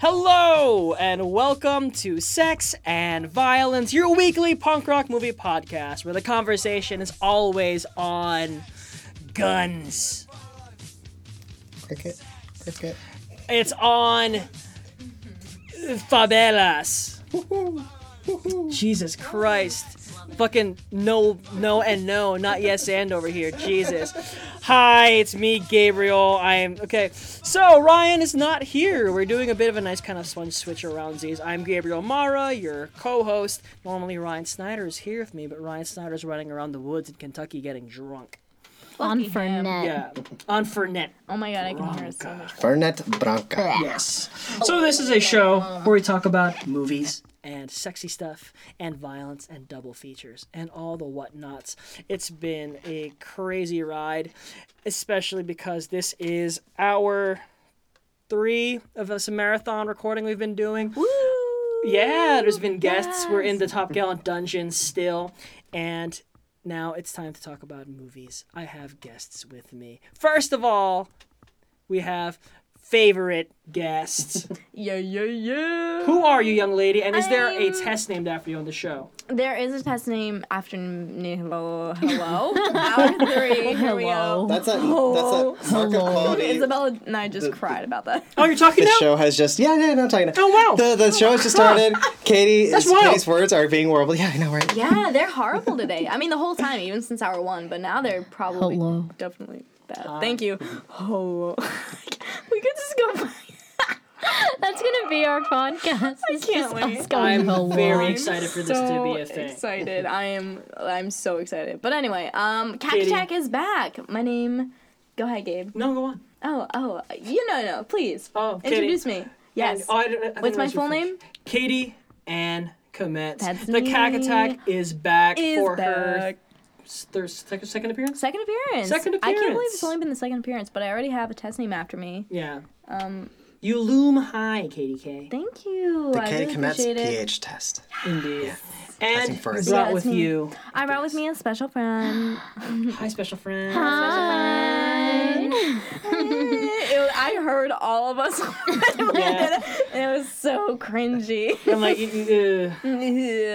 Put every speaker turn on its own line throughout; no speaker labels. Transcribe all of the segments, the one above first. Hello, and welcome to Sex and Violence, your weekly punk rock movie podcast where the conversation is always on guns.
Cricket. Cricket.
It's on favelas. Jesus Christ. Fucking no, no, and no, not yes and over here. Jesus. Hi, it's me, Gabriel. I am okay. So Ryan is not here. We're doing a bit of a nice kind of fun switch around these. I'm Gabriel Mara, your co-host. Normally Ryan Snyder is here with me, but Ryan Snyder's running around the woods in Kentucky getting drunk.
on
Fucking him.
Fernet.
Yeah, on Fernet.
Oh my god, I can hear it so much.
Fernet Branca.
Yes. So this is a show where we talk about movies and sexy stuff and violence and double features and all the whatnots. It's been a crazy ride, especially because this is our three of us a marathon recording we've been doing. Yeah, there's been guests. We're in the Top Gallant dungeon still. And now it's time to talk about movies. I have guests with me. First of all, we have favorite guests.
Yeah, yeah, yeah.
Who are you, young lady? And is there a test named after you on the show?
There is a test name after hello, hello. Hour three. Here we go.
That's a that's a mark of quality.
Isabella and I just cried about that.
Oh, you're talking
The
now?
show has just yeah yeah no I'm talking.
Oh, wow.
The the show has just started. Katie is,
wild.
Katie's words are being horrible. Yeah I know right.
Yeah, they're horrible today. I mean, the whole time, even since hour one, but now they're probably
Hello.
definitely bad. Thank you. Hello. we could just go. back.
That's gonna be our podcast. It's
can't
just
wait.
us going
I'm
hello.
very
I'm
excited for this to be a
so
thing.
Excited. I am. I'm so excited. But anyway, um, Cat
Katie.
Attack is back. My name. Go ahead, Gabe.
No, go on.
Oh, oh, you know, no, please.
Oh, Katie.
Introduce me. Yes.
Oh, I don't- I didn't
What's my
realize you
full
finished.
name?
Katie Ann Komet.
That's
the Cack
me.
Attack is back
Is
for her
back.
s- their second, second appearance?
Second appearance.
Second
I can't believe
appearance.
it's only been the second appearance, but I already have a test name after me.
Yeah.
Um,
You loom high, Katie K.
thank you.
The
I
Katie
really
Komet's
appreciate it.
pH test.
Indeed.
That's
And
in
you
first.
Yeah,
brought
that's
with
me.
you.
I brought with me a special friend.
Hi, special friend.
Hi.
It- I heard all of us,
Yeah.
and it was so cringy.
And like, you- you-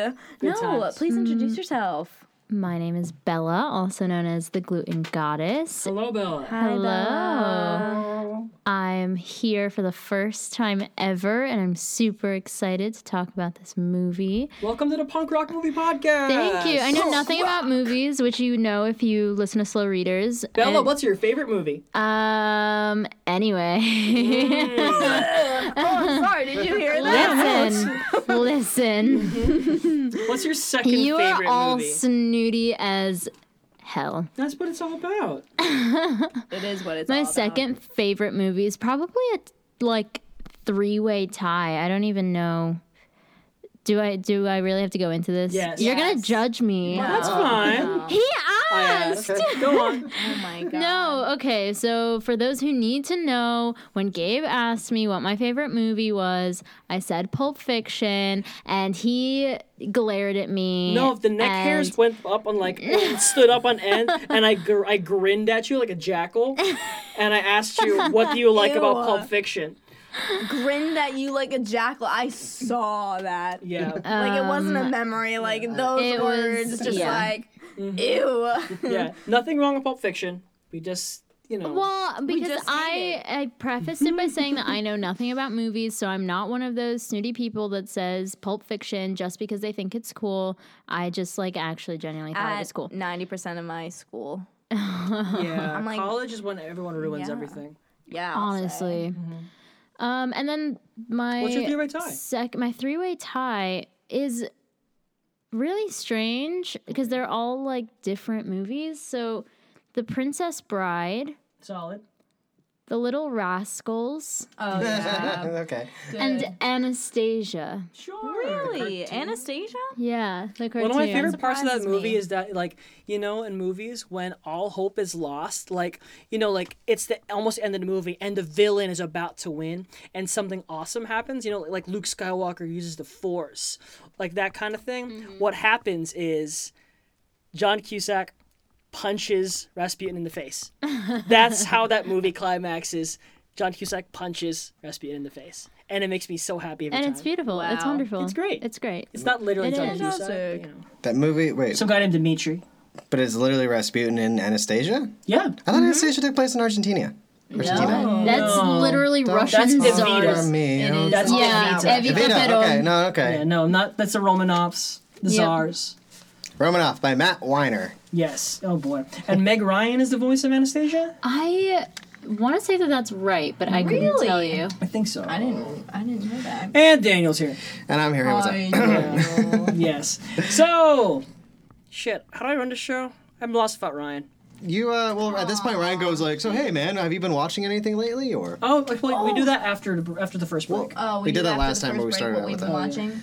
uh,
no,
times. Mm.
please introduce yourself.
My name is Bella, also known as the Gluten Goddess.
hello, Bella.
Hi,
Hello.
Bella.
I'm here for the first time ever, and I'm super excited to talk about this movie.
Welcome to the punk rock movie podcast.
Thank you. I know nothing about movies, which you know if you listen to Slow Readers.
Bella,
And-
what's your favorite movie?
um. Anyway.
Oh, I'm sorry. Did you hear that?
Listen, listen.
What's your second
You are
favorite
all
movie?
snooty as hell.
That's what it's all about.
Oh.
It is what it's.
My
all about.
second favorite movie is probably a like three-way tie. I don't even know. Do I do I really have to go into this?
Yes.
You're gonna
Yes.
judge me.
That's fine.
He
I
asked.
asked. Go on.
Oh my god.
No, okay. So, for those who need to know, when Gabe asked me what my favorite movie was, I said Pulp Fiction, and he glared at me.
No, if the neck
and-
hairs went up on like stood up on end, and I gr- I grinned at you like a jackal, and I asked you, "What do you like about
Ew.
Pulp Fiction?"
grinned at you like a jackal. I saw that.
Yeah,
Uh-huh.
Like it wasn't a memory. Like those
Um, it
words,
was-
just
yeah.
like ew.
yeah. Nothing wrong with Pulp Fiction. We just, you know,
Well, because
just
I, I prefaced it by saying that I know nothing about movies, so I'm not one of those snooty people that says Pulp Fiction just because they think it's cool. I just like actually genuinely thought it was cool.
ninety percent of my school.
yeah.
like-
College is when everyone ruins
Yeah.
everything.
Yeah. I'll say.
Honestly. Um, and then my
What's your three-way tie?
Sec- my three way tie is really strange because they're all like different movies. So, The Princess Bride,
Solid.
The Little Rascals,
Oh yeah.
okay.
and Anastasia.
Sure.
really, Anastasia.
Yeah, the cartoon.
One of my favorite parts of that
surprises
movie
me.
is that, like, you know, in movies when all hope is lost, like, you know, like it's the almost end of the movie and the villain is about to win and something awesome happens, you know, like Luke Skywalker uses the Force, like that kind of thing.
Mm-hmm.
What happens is John Cusack punches Rasputin in the face. That's how that movie climaxes. John Cusack punches Rasputin in the face. and it makes me so happy every
and
time.
it's beautiful. It's
Wow.
wonderful.
It's great.
It's great.
It's not literally
It
John
is.
Cusack.
Fantastic.
you know.
That movie, wait,
Some guy named Dimitri.
but it's literally Rasputin and Anastasia?
Yeah.
I thought Anastasia took place in Argentina. Argentina.
That's
No.
literally Russian
That's
czars.
Evita.
Me,
It is.
That's
yeah,
Evita.
Evita
Evita,
Perón.
okay, no, okay.
Yeah, no, not that's the Romanovs, the
Yep.
Czars.
Romanoff by Matt Weiner.
Yes. Oh boy. And Meg Ryan is the voice of Anastasia?
I want to say that that's right, but I couldn't
Really?
tell you.
I think so.
I didn't. I didn't know that.
And Daniel's here.
And I'm here. What's up?
yes. So shit, how do I run the show? I'm lost about Ryan.
You, uh, well, at this point, Ryan goes like, so hey, man, have you been watching anything lately? Or.
Oh, like, wait, we do that after the, after the first break.
Oh, we,
We did that
after
last
the
time
first
when we
break
started
what
out
we've
with
been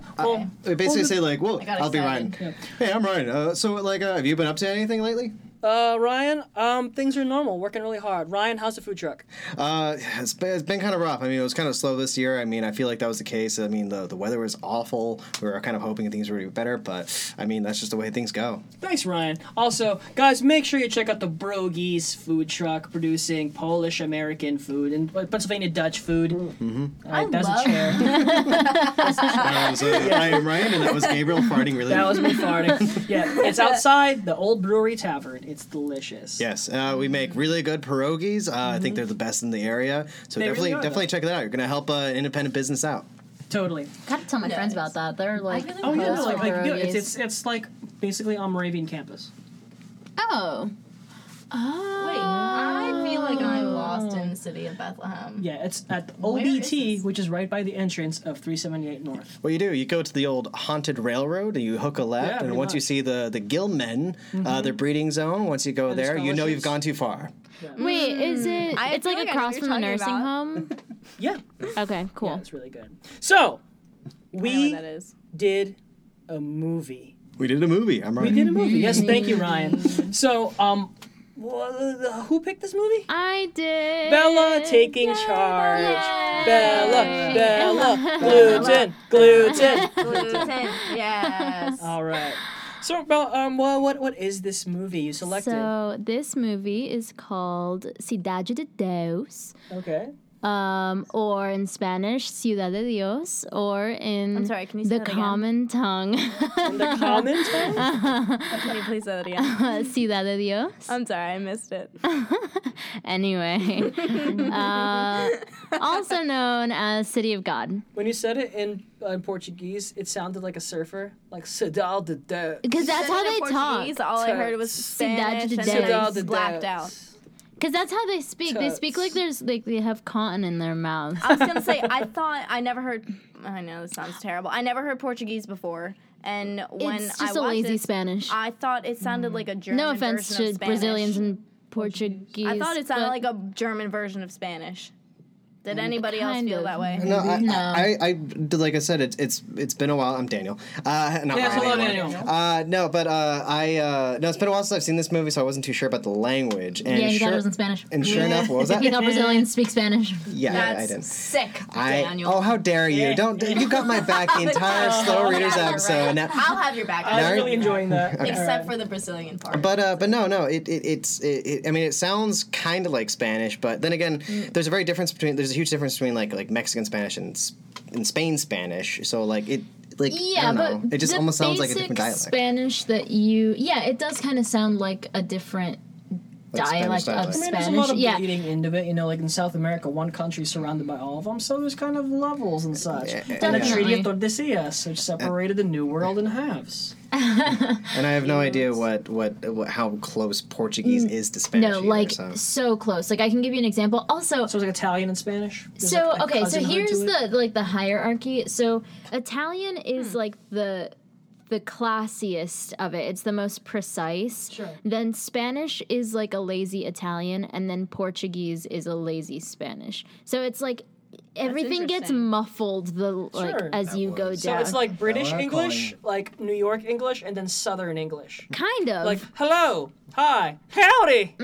watching.
yeah. Well,
They basically say like, "Whoa,
got
I'll be Ryan."
excited.
Hey, I'm Ryan. Uh, so, like, uh, have you been up to anything lately?
uh, Ryan, um, things are normal. Working really hard. Ryan, how's the food truck?
Uh, it's been, it's been kind of rough. I mean, it was kind of slow this year. I mean, I feel like that was the case. I mean, the the weather was awful. We were kind of hoping things would be better, but I mean, that's just the way things go.
Thanks, Ryan. Also, guys, make sure you check out the Brogies food truck producing Polish American food and uh, Pennsylvania Dutch food. Mm-hmm.
I
that's
love-
a chair.
I, was, uh, I am Ryan, and that was Gabriel farting really.
That was me farting. Yeah, it's outside the old brewery tavern. It's delicious.
Yes, uh, we make really good pierogies. Uh, I think they're the best in the area. So
Mm-hmm. They really
definitely,
are, though.
definitely check that out. You're gonna help uh, independent business out.
Totally.
Gotta tell my friends about that. They're like,
really
Oh yeah,
Those
no, like,
obsessed with
like yeah,
pierogies.
it's, it's it's like basically on Moravian campus.
oh. Oh.
Wait, I feel like I'm lost in the city of Bethlehem.
Yeah, it's at the
is
OBT,
this?
which is right by the entrance of 378 North.
What you do, you go to the old haunted railroad and you hook a
Yeah,
left, and
pretty
once you
much. Mm-hmm.
see the the gill men, uh, their breeding zone. Once you go
the
there, you know you've
scholarships.
gone too far.
Wait, is it?
Mm. I
it's
feel like
like,
I know
across
what
from
you're
the
talking
nursing
about.
home.
Yeah,
Okay,
yeah,
cool.
it's really good. So, we
that is.
did a movie.
We did a movie. I'm right.
We did a movie. Yes, thank you, Ryan. So, um, wh- who picked this movie?
I did.
Bella taking charge.
Yay.
Bella, Bella, gluten, gluten.
Gluten. Yes.
All right. So, Bella, um, well, what what is this movie you selected?
So this movie is called Cidade de Deus,
okay.
um, or in Spanish Ciudad de Dios, or in
I'm sorry, can you say
the
that again?
common tongue
The comment. on it?
Can you please say that again?
Ciudad de Dios.
I'm sorry, I missed it.
Anyway, uh, also known as City of God,
When you said it in, uh, in Portuguese, it sounded like a surfer, like Sedal de Deus.
because that's how they talk.
Portuguese, All I heard was Spanish,
Cidade de
and
Deus.
then I
Sedal de
just blacked out.
Deus.
Because that's how they speak. They speak like
Totes.
there's like they have cotton in their mouths.
I was gonna say I thought I never heard. I know this sounds terrible. I never heard Portuguese before, and when
it's
I
just a
watched
lazy
this,
Spanish. Mm.
I thought it sounded like a German.
no offense
version
to
of Spanish.
Brazilians and Portuguese.
I thought it sounded
but
like a German version of Spanish. Did anybody else
kind
feel
of.
that way?
No, I, I, I, I, like I said, it's it's it's been a while. I'm Daniel. Uh, not
Yes,
Ryan
hello,
anymore.
Daniel.
Uh, no, but uh, I, uh, no, it's been a while since I've seen this movie, so I wasn't too sure about the language. And
yeah, he
sure,
thought it was in Spanish.
And sure enough, what was that?
He thought Brazilians speak Spanish.
yeah, yeah, I
That's
didn't.
sick,
I,
Daniel. Oh,
oh, how dare you! Don't you got my back the entire slow readers
Yeah,
episode.
right.
Now,
I'll have your back.
I was
Nerd.
really enjoying that.
Except for the Brazilian part.
But uh, but no no it, it it's it, it, I mean it sounds kind of like Spanish but then again
Mm.
there's a very difference between there's a huge difference between like like Mexican Spanish and s- and Spain Spanish so like it like
Yeah,
I don't
but
know. it just
the
almost sounds like a
basic
different dialect
Spanish that you, yeah, it does kind of sound like a different
Like Spanish dialect.
dialect of
I
I mean,
Spanish.
there's a lot of
yeah,
bleeding into it, you know, like in South America, one country is surrounded by all of them, so there's kind of levels and such.
Yeah,
and the Treaty of
Definitely.
Tordesillas, which separated the New World in halves.
and I have no idea what, what what how close Portuguese is to Spanish
Mm. no,
either,
like
so.
so close. Like I can give you an example. Also,
So it's like Italian and Spanish. There's,
so
like, a
okay so
cousinhood to
here's
it.
the like the hierarchy so italian is
Hmm.
like the the classiest of it it's the most precise
Sure.
then spanish is like a lazy italian and then portuguese is a lazy spanish so it's like everything gets
interesting.
muffled the like
Sure.
as you go down
So it's like British
I'm
English,
calling
like New York English, and then Southern English.
kind of
Like hello, hi, howdy,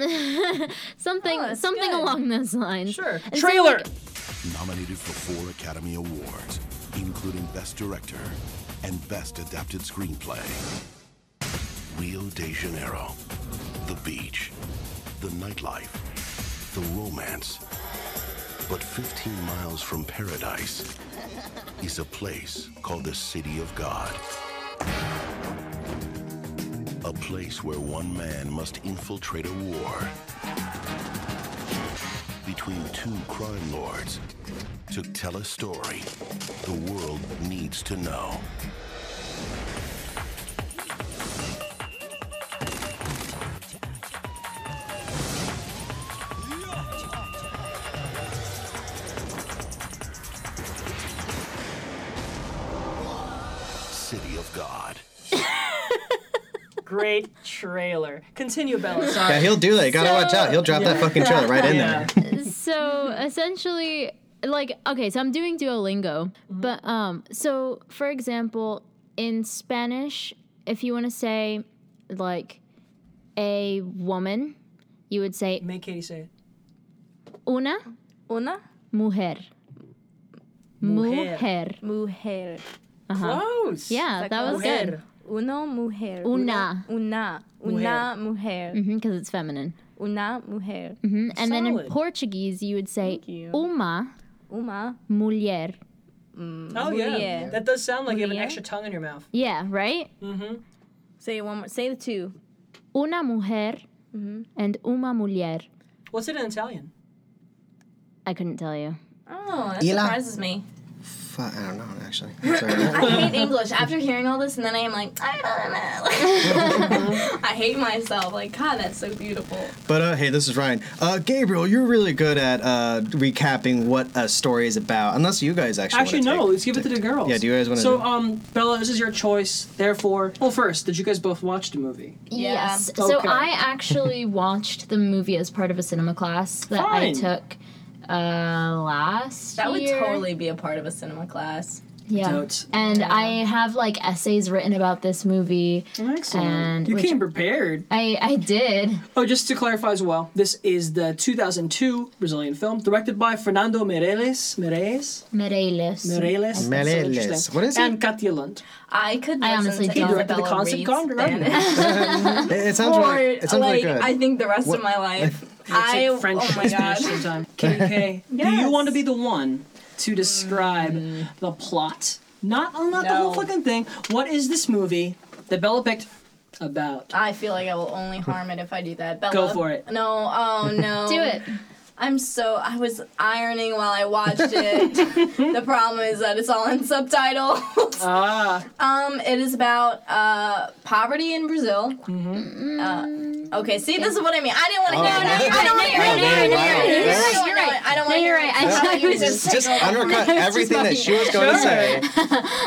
something
that's
something
good.
along those lines
sure,
And so,
trailer.
like,
nominated for four Academy Awards, including Best Director and Best Adapted Screenplay. Rio de Janeiro. The beach, the nightlife, the romance, But 15 miles from paradise is a place called the City of God. A place where one man must infiltrate a war between two crime lords to tell a story the world needs to know. City of God.
Great trailer. Continue, Bella.
uh,
Sorry.
Yeah, he'll do that. You gotta watch out. He'll drop that fucking trailer right in
Yeah.
there.
so essentially like okay so i'm doing duolingo but um so for example in spanish if you want to say like a woman you would say
Make Katie say it.
una
Una
mujer
Mujer.
mujer,
mujer.
Close.
Uh-huh. yeah
Like
that was
mujer.
good
Uno mujer.
Una.
Una. Una mujer.
because it's feminine
Una mujer.
Mhm. and then in
Solid.
portuguese you would say
you.
uma
Uma.
mulher
Oh yeah.
Mujer.
That does sound like you have an
Mujer.
extra tongue in your mouth.
yeah right
Say it one more. Say the two.
una mujer and uma mulher
What's it in Italian?
i couldn't tell you
Oh, that
Ila.
surprises me.
Fuck, I don't know actually. That's all
I
right.
hate English. After hearing all this, and then I am like, I don't know. I hate myself. Like, God, that's so beautiful.
But uh, hey, this is Ryan. Uh, Gabriel, you're really good at uh, recapping what a story is about. Unless you guys actually
Actually,
wanna
no.
take-
Let's give it to the girls.
Yeah, do you guys want to?
So, um, Bella, this is your choice. Therefore, well, first, did you guys both watch the movie?
Yes.
Yeah.
So
Okay.
I actually watched the movie as part of a cinema class that I
Fine.
took uh, last
That would
year.
totally be a part of a cinema class.
yeah.
Notes.
And I have like essays written about this movie.
Excellent.
And
you
which-
came prepared.
I I did.
Oh, just to clarify as well, this is the 2002 Brazilian film directed by Fernando Meirelles. Meirelles.
Mireles.
Meirelles. That's so
Meirelles.
interesting.
What is he?
and Katia Lund.
I could.
I
listen
honestly
to
don't. He
directed the
Isabella
concert
Reed's
gone, right?
Spanish
it, it sounds
for
really, it sounds really
like
good.
I think the rest
What-
of my life. I
It's like French
oh my
and Spanish
gosh.
sometime. KK, do you
Yes. Mm.
want to be the one to describe the plot? Not, oh, not the whole
No.
fucking thing. What is this movie that Bella picked about?
I feel like I will only harm it if I do that. Bella,
Go for it.
No, oh no.
Do it.
I'm so I was ironing while I watched it. the problem is that it's all in subtitles.
Ah,
Um, it is about uh, poverty in Brazil. Uh, okay, see, this is what I mean. I didn't want to hear
no,
it. I don't want to hear it.
no,
I don't
no,
wanna hear it.
no,
I
no,
don't
you're
wanna
right.
know it. I don't want to
No,
hear
you're
it.
right.
I
I
want you to
was
just
just
take over.
undercut everything that she was going to say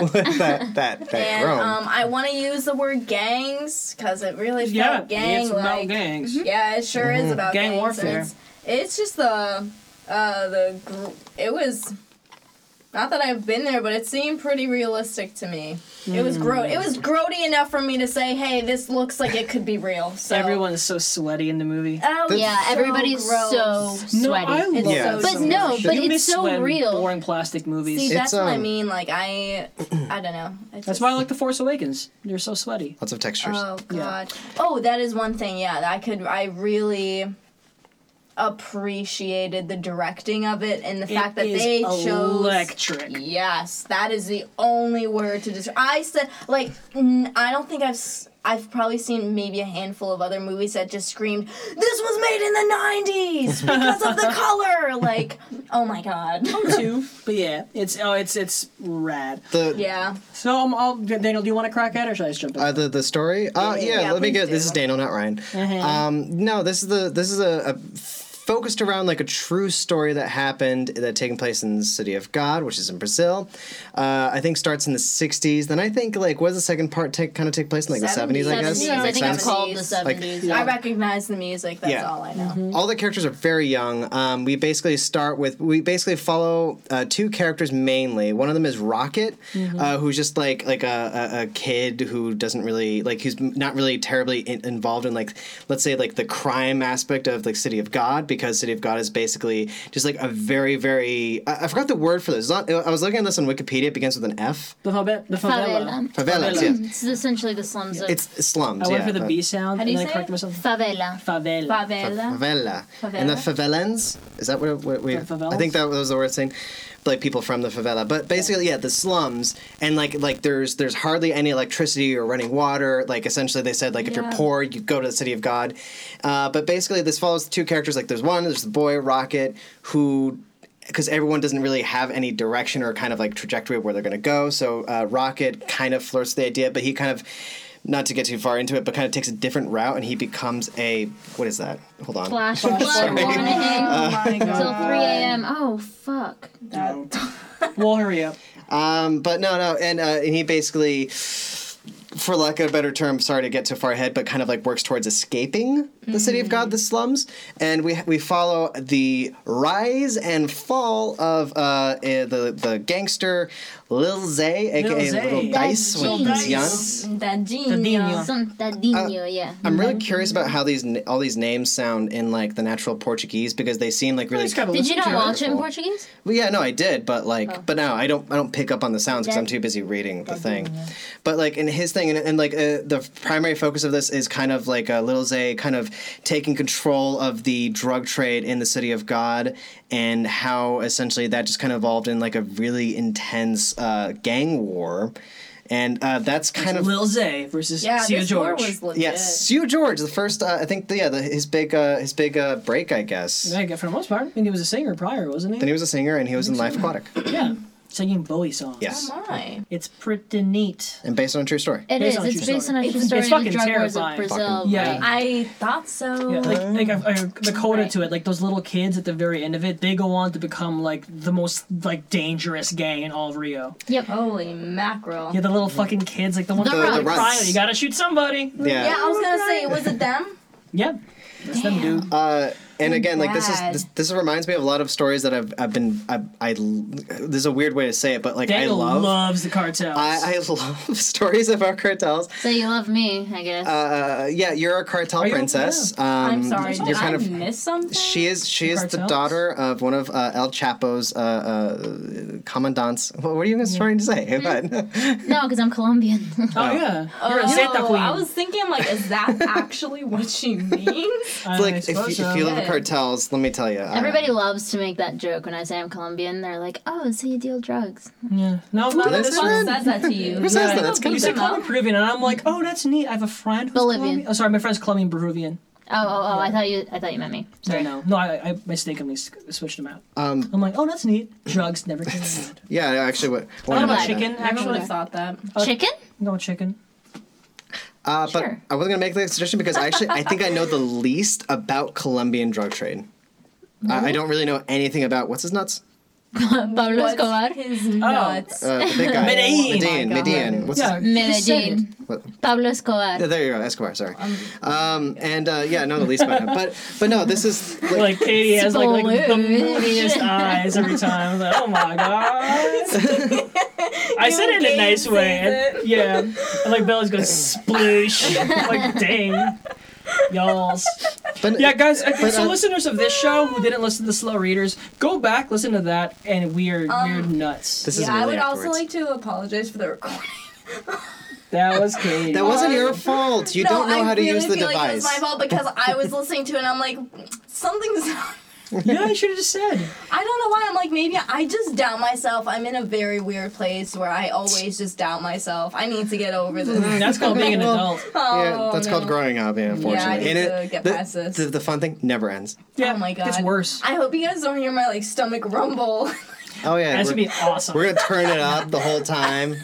with that that that
And
groan.
um, I want to use the word gangs because it really felt
yeah,
gang
it's about
like. mm-hmm.
gangs.
Yeah, it sure is about
Gang
gangs, and
warfare.
It's, it's just the uh, the gr- it was not that I've been there, but it seemed pretty realistic to me. It was gro it was grody enough for me to say, hey, this looks like it could be real. So
Everyone is so sweaty in the movie.
Oh,
That's-
Yeah,
so
everybody's
gross.
so
No,
sweaty.
I love
It's
Yeah.
so
But
sweaty.
no, but
you
it's
miss
so
when
real.
boring plastic movies.
See,
It's,
that's what I
um,
mean. Like I, I don't know. I
That's
just-
why I like The Force Awakens. They're so sweaty.
Lots of textures.
Oh God. Oh, that is one thing. Yeah, that I could. I really appreciated the directing of it and the fact that
It is
they chose. E.
electric.
Yes, that is the only word to describe. I said like n- I don't think I've s- I've probably seen maybe a handful of other movies that just screamed this was made in the 90s because of the color like oh my god.
Too, but yeah, it's oh, it's it's rad.
The
Yeah.
So um, I'll, Daniel, do you want to crack at it or should I just jump in?
Uh, the the story. Uh, yeah,
yeah,
let me
please
get. This
do.
is Daniel, not Ryan. Um, no, this is the this is a, a focused around like a true story that happened that taking place in the city of God, which is in Brazil. Uh, I think starts in the '60s. Then I think like was the second part take kind of take place in like the '70s, I guess.
70s,
I
Makes
think
sense.
it's called the 70s.
Like-
I recognize the music. That's
Yeah.
all I know.
Mm-hmm.
all the characters are very young. Um, we basically start with we basically follow uh, two characters mainly. One of them is Rocket,
Mm-hmm.
uh, who's just like like a, a, a kid who doesn't really like who's not really terribly in, involved in like let's say like the crime aspect of like City of God because City of God is basically just like a very, very. I, I forgot the word for this. It's not, I was looking at this on Wikipedia. It begins with an F.
The, fabe- the favela.
Favela.
Favelas,
Favela.
yeah.
It's essentially the slums of
It's slums.
I went
yeah,
for the
but-
B sound
How
and
do you
then I
say
corrected
it?
myself.
favela.
Favela.
Favela.
Favela. And the favelans? Is that what, what we.
The favelas?
I think that was the word saying. Like people from the favela, but basically, yeah, the slums, and like like there's there's hardly any electricity or running water. Like essentially, they said like if you're
Yeah.
poor, you go to the city of God. Uh, but basically, this follows two characters. Like there's one, there's the boy Rocket, who because everyone doesn't really have any direction or kind of like trajectory of where they're going to go. So uh, Rocket kind of flirts with the idea, but he kind of. Not to get too far into it, but kind of takes a different route, and he becomes a what is that? Hold on.
Flash flood warning
Oh my
till 3
god.
a.m. Oh fuck.
We'll hurry up.
Um, but no, no, and, uh, and he basically, for lack of a better term, sorry to get too far ahead, but kind of like works towards escaping the city of God, the slums, and we we follow the rise and fall of uh, uh, the the gangster Lil Zay, aka
Lil Zay.
Little Dice when
Lil
he's young.
Dadinho.
Uh,
Santadinho, yeah.
I'm really curious about how these n- all these names sound in like the natural Portuguese because they seem like really.
Just gotta
Did you
listen to
not
it.
watch it in Portuguese?
Well, yeah, no, I did, but like, but now I don't, I don't pick up on the sounds because I'm too busy reading the thing. But like in his thing, and, and like uh, the primary focus of this is kind of like uh, Little Zay kind of taking control of the drug trade in the City of God, and how essentially that just kind of evolved in like a really intense uh, gang war, and uh, that's kind of
Lil Zay versus
Yeah,
Sia
this war
George.
was legit.
yeah, Sue George, the first, uh, I think, yeah, the, his big, uh, his big uh, break, I guess.
Yeah, for the most part, I think he was a singer prior, wasn't he?
Then he was a singer, and he was in Life Aquatic.
yeah, singing Bowie songs.
Yes,
My.
It's pretty neat.
and based on a true story.
It
Based
is.
on a
It's
true
based
story.
on a true
It's
story in
fucking
the drug wars
terrifying.
of Brazil.
Yeah.
Right.
I thought so.
Yeah, like, like I, I, the coda to it, like those little kids at the very end of it, they go on to become like the most like dangerous gang in all of Rio.
Yep.
Holy mackerel.
Yeah, the little fucking kids, like the ones
The
that are like,
runts.
crying, you gotta shoot somebody.
Yeah, I was gonna say, was it them?
Yeah, that's them, dude.
Uh, and again, like this is
bad.
this, this reminds me of a lot of stories that I've I've been I, I there's a weird way to say it, but like
Daniel
I love
loves the cartels.
I, I love stories about cartels.
So you love me, I guess.
Uh, yeah, you're a cartel
you- Oh,
princess. Um,
I'm sorry.
You're
Did I
kind of
miss something?
she is she is the
Cartels?
daughter of one of uh, El Chapo's uh, uh, commandants. What, what are you even trying to say? But
no, because I'm Colombian.
oh yeah, you're a
Oh,
Santa queen.
I was thinking, I'm like, is that actually what she means?
I
like if you,
suppose so.
if you love
Yeah.
cartels, let me tell you, uh,
Everybody loves to make that joke when I say I'm Colombian. They're like, "Oh, so you deal drugs?"
yeah. no, not
That's
this
right.
one.
Who says that to you?
Who says that? That's
You
kind
say
of
Colombian Peruvian, and I'm like, oh, that's neat. I have a friend who's
Bolivian.
Colombian. Oh, sorry, my friend's Colombian Peruvian.
Oh, oh, oh! I thought you, I thought you meant me.
I
Sorry.
know. No, I, I mistakenly s- switched them out.
Um,
I'm like, oh, that's neat. Drugs never came in.
yeah, actually, what?
What about
Black.
chicken?
I would
Actually,
have thought that.
Chicken?
I'm going chicken.
Uh,
Sure.
But I wasn't gonna make that suggestion because I actually I think I know the least about Colombian drug trade. I, I don't really know anything about what's his nuts.
Pablo
What's
Escobar.
his
Oh.
nuts?
Uh, the big guy.
Medellin.
Medellin.
Oh my God.
Medellin. What's his-
Yeah, just say it.
Medellin.
What?
Pablo Escobar.
Yeah, there you go, Escobar. Sorry, um, and uh, yeah, I know the least about him, but but no, this is like,
Like Katie has like, like the
Splooge.
mooniest eyes every time. I'm like, oh my god. I said it in a nice
gave
way.
it.
And, yeah, and like Bella's going sploosh. like dang, y'all's.
but,
Yeah, guys. I-
But,
so
uh,
listeners of this show who didn't listen to Slow Readers, go back, listen to that, and weird, weird nuts.
this is
Yeah, I
really
would
afterwards.
also like to apologize for the recording.
that was Katie.
that wasn't your fault. You don't know
I
how to
really
use the
feel Like it was
device.
my fault because I was listening to it and I'm like, something's.
yeah, you should have just said.
I don't know why. I'm like, maybe I just doubt myself. I'm in a very weird place where I always just doubt myself. I need to get over this.
That's called being an
Well,
adult.
yeah,
Oh,
that's
no.
called growing up. Yeah, unfortunately,
need
And
to
it-
get
the,
past this.
The, the fun thing never ends.
Yeah,
Oh my god.
It's worse.
I hope you guys don't hear my like stomach rumble.
Oh yeah,
That's
we're,
gonna be awesome.
we're gonna turn it up the whole time.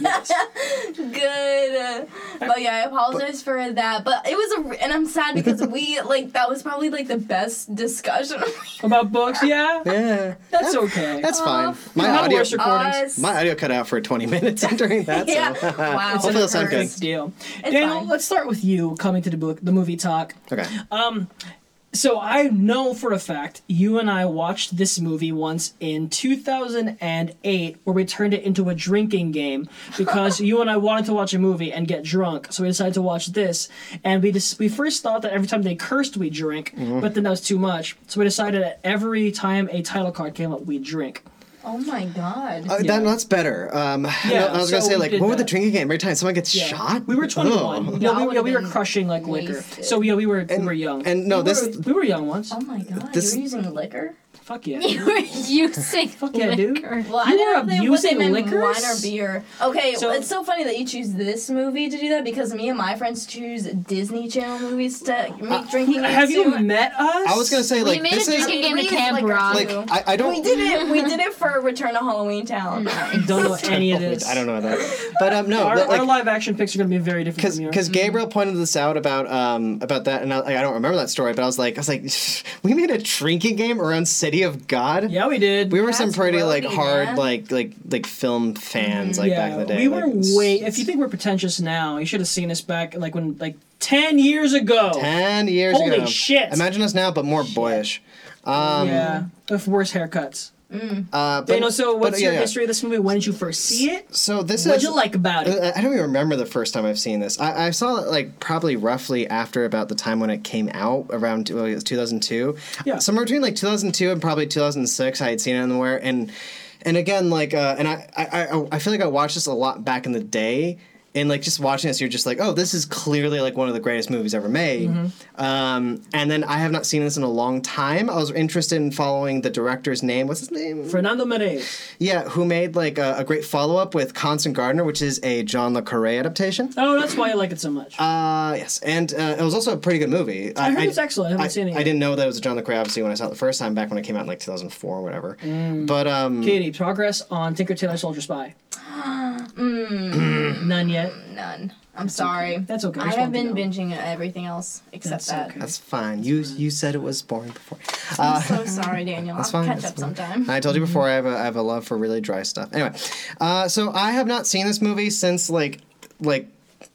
Good. But yeah, I apologize for that. But it was a, and I'm sad because we like that was probably like the best discussion.
About books, yeah.
Yeah,
That's okay.
that's fine. My
Have
audio.
worse recordings.
Us.
My audio cut out for 20 minutes during that. So.
yeah. Wow.
Hopefully it'll sound good.
Big deal. Daniel,
fine.
Uh,
let's start with you coming to the book, the movie talk.
Okay.
Um, So I know for a fact you and I watched this movie once in 2008 where we turned it into a drinking game because you and I wanted to watch a movie and get drunk. So we decided to watch this and we just we first thought that every time they cursed we drink,
Mm-hmm.
but then that was too much. So we decided that every time a title card came up we drink.
Oh my god.
Uh, that, that's better. Um,
Yeah,
I was gonna
so
say
we
like,
did
what would the
that.
drinking game every time someone gets
Yeah.
shot? Oh.
We were 21.
Ugh.
Yeah,
Y'all
we, yeah, we were
would've
crushing like liquor.
wasted.
So yeah, we were we were young.
And no, this
we were young once.
oh my god.
This-
you were using liquor?
Fuck yeah.
You were using
Fuck yeah, dude.
liquor.
Well,
You
I don't
were
know if they, what they
abusing
meant
liquors?
wine or beer. Okay,
So-
it's so funny that you choose this movie to do that because me and my friends choose Disney Channel movies to make drinking games.
Uh, Have you
too.
met us?
I was gonna say
We
like,
made a
this is
drinking
I
game
mean,
at
Reeves,
Camp
like,
Rock.
I
like I, I don't.
We did it. We did it for Return to Halloween Town.
Don't know any of this.
Oh, I don't know that, but um, no,
Our,
but, like,
our live Mm-hmm. action picks are gonna be very different
because
from yours.
because Gabriel pointed this out about um about that, and I, like, I don't remember that story, but I was like, I was like, we made a drinking game around City of God.
yeah, we did.
we were some
That's
pretty like
roadie,
hard
man.
like like like film fans like back in the
We
day. like,
were way. If you think we're pretentious now, you should have seen us back like when like ten years ago.
ten years
Oh. Holy
ago.
shit.
Imagine us now, but more boyish. Um,
yeah, with worse haircuts.
uh, but,
Daniel, so
but,
what's
yeah,
your
yeah.
history of this movie? When did you first see it?
So uh, this
What'd
is.
you like about it?
I I don't even remember the first time I've seen this. I, I saw it like probably roughly after about the time when it came out, around two- well, it was 2002.
Yeah.
Somewhere between like 2002 and probably 2006, I had seen it anywhere. And and again, like, uh, and I, I I I feel like I watched this a lot back in the day. And like just watching this, you're just like, oh, this is clearly like one of the greatest movies ever made. Um, and then I have not seen this in a long time. I was interested in following the director's name. What's his name?
Fernando Merez.
Yeah, who made like a, a great follow up with Constant Gardener, which is a John le Carre adaptation.
Oh, that's why I like it so much.
Uh, yes, and uh, it was also a pretty good movie.
I heard it's excellent. I haven't seen it
I
yet.
didn't know that it was a John le Carre obviously when I saw it the first time back when it came out in like 2004 or whatever.
Mm.
But um,
Katie, progress on Tinker Tailor Soldier Spy. None yet.
None. I'm sorry.
That's okay. I
I
just
have
wanted to
been binging everything else
That's
except that.
okay.
that's fine. You you said it was boring before. Uh,
I'm so sorry, Daniel. I'll
fine,
catch
that's
up sometime.
I told you before I have a I have a love for really dry stuff. Anyway, uh, so I have not seen this movie since like like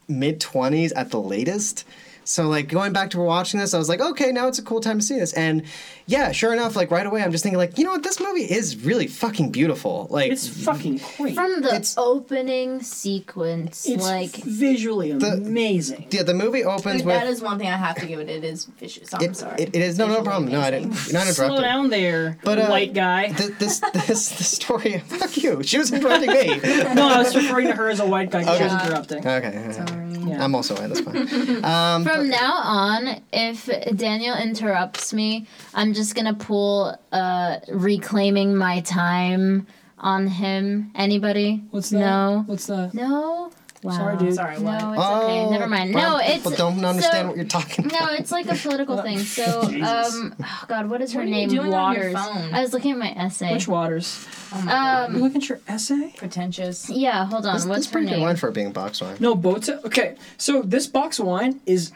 mid twenties at the latest. So like going back to watching this, I was like, okay, now it's a cool time to see this. And yeah, sure enough, like right away, I'm just thinking like, you know what, this movie is really fucking beautiful. Like
It's fucking great.
From the
It's-
opening sequence,
it's
like
visually amazing.
yeah, the movie opens
Dude,
with
that is one thing I have to give it. It is vicious. I'm
it,
sorry.
it- it is no no problem. No, I didn't. You're not interrupted.
Slow down there,
uh,
white guy.
Th- this this the story. Fuck you. She was interrupting me.
no, I was referring to her as a white guy. 'cause She was
Okay.
interrupting.
Okay. I'm also white. That's fine.
from now on, if Daniel interrupts me, I'm just gonna pull uh reclaiming my time on him. Anybody?
What's that?
No.
What's that?
No. Wow.
Sorry, dude.
sorry,
No,
what?
it's okay. Never mind. No,
brown
it's
Oh, people don't understand
so-
what you're talking. about.
No, it's like a political thing. So, um, oh God, what is her
What are you
name?
doing on your
Waters.
phone?
I was looking at my essay.
Which waters? You
um,
looking at your essay?
Pretentious.
yeah, hold on.
That's
What's her
pretty good
name?
wine for it being box wine.
No, boats. Okay, so this box wine is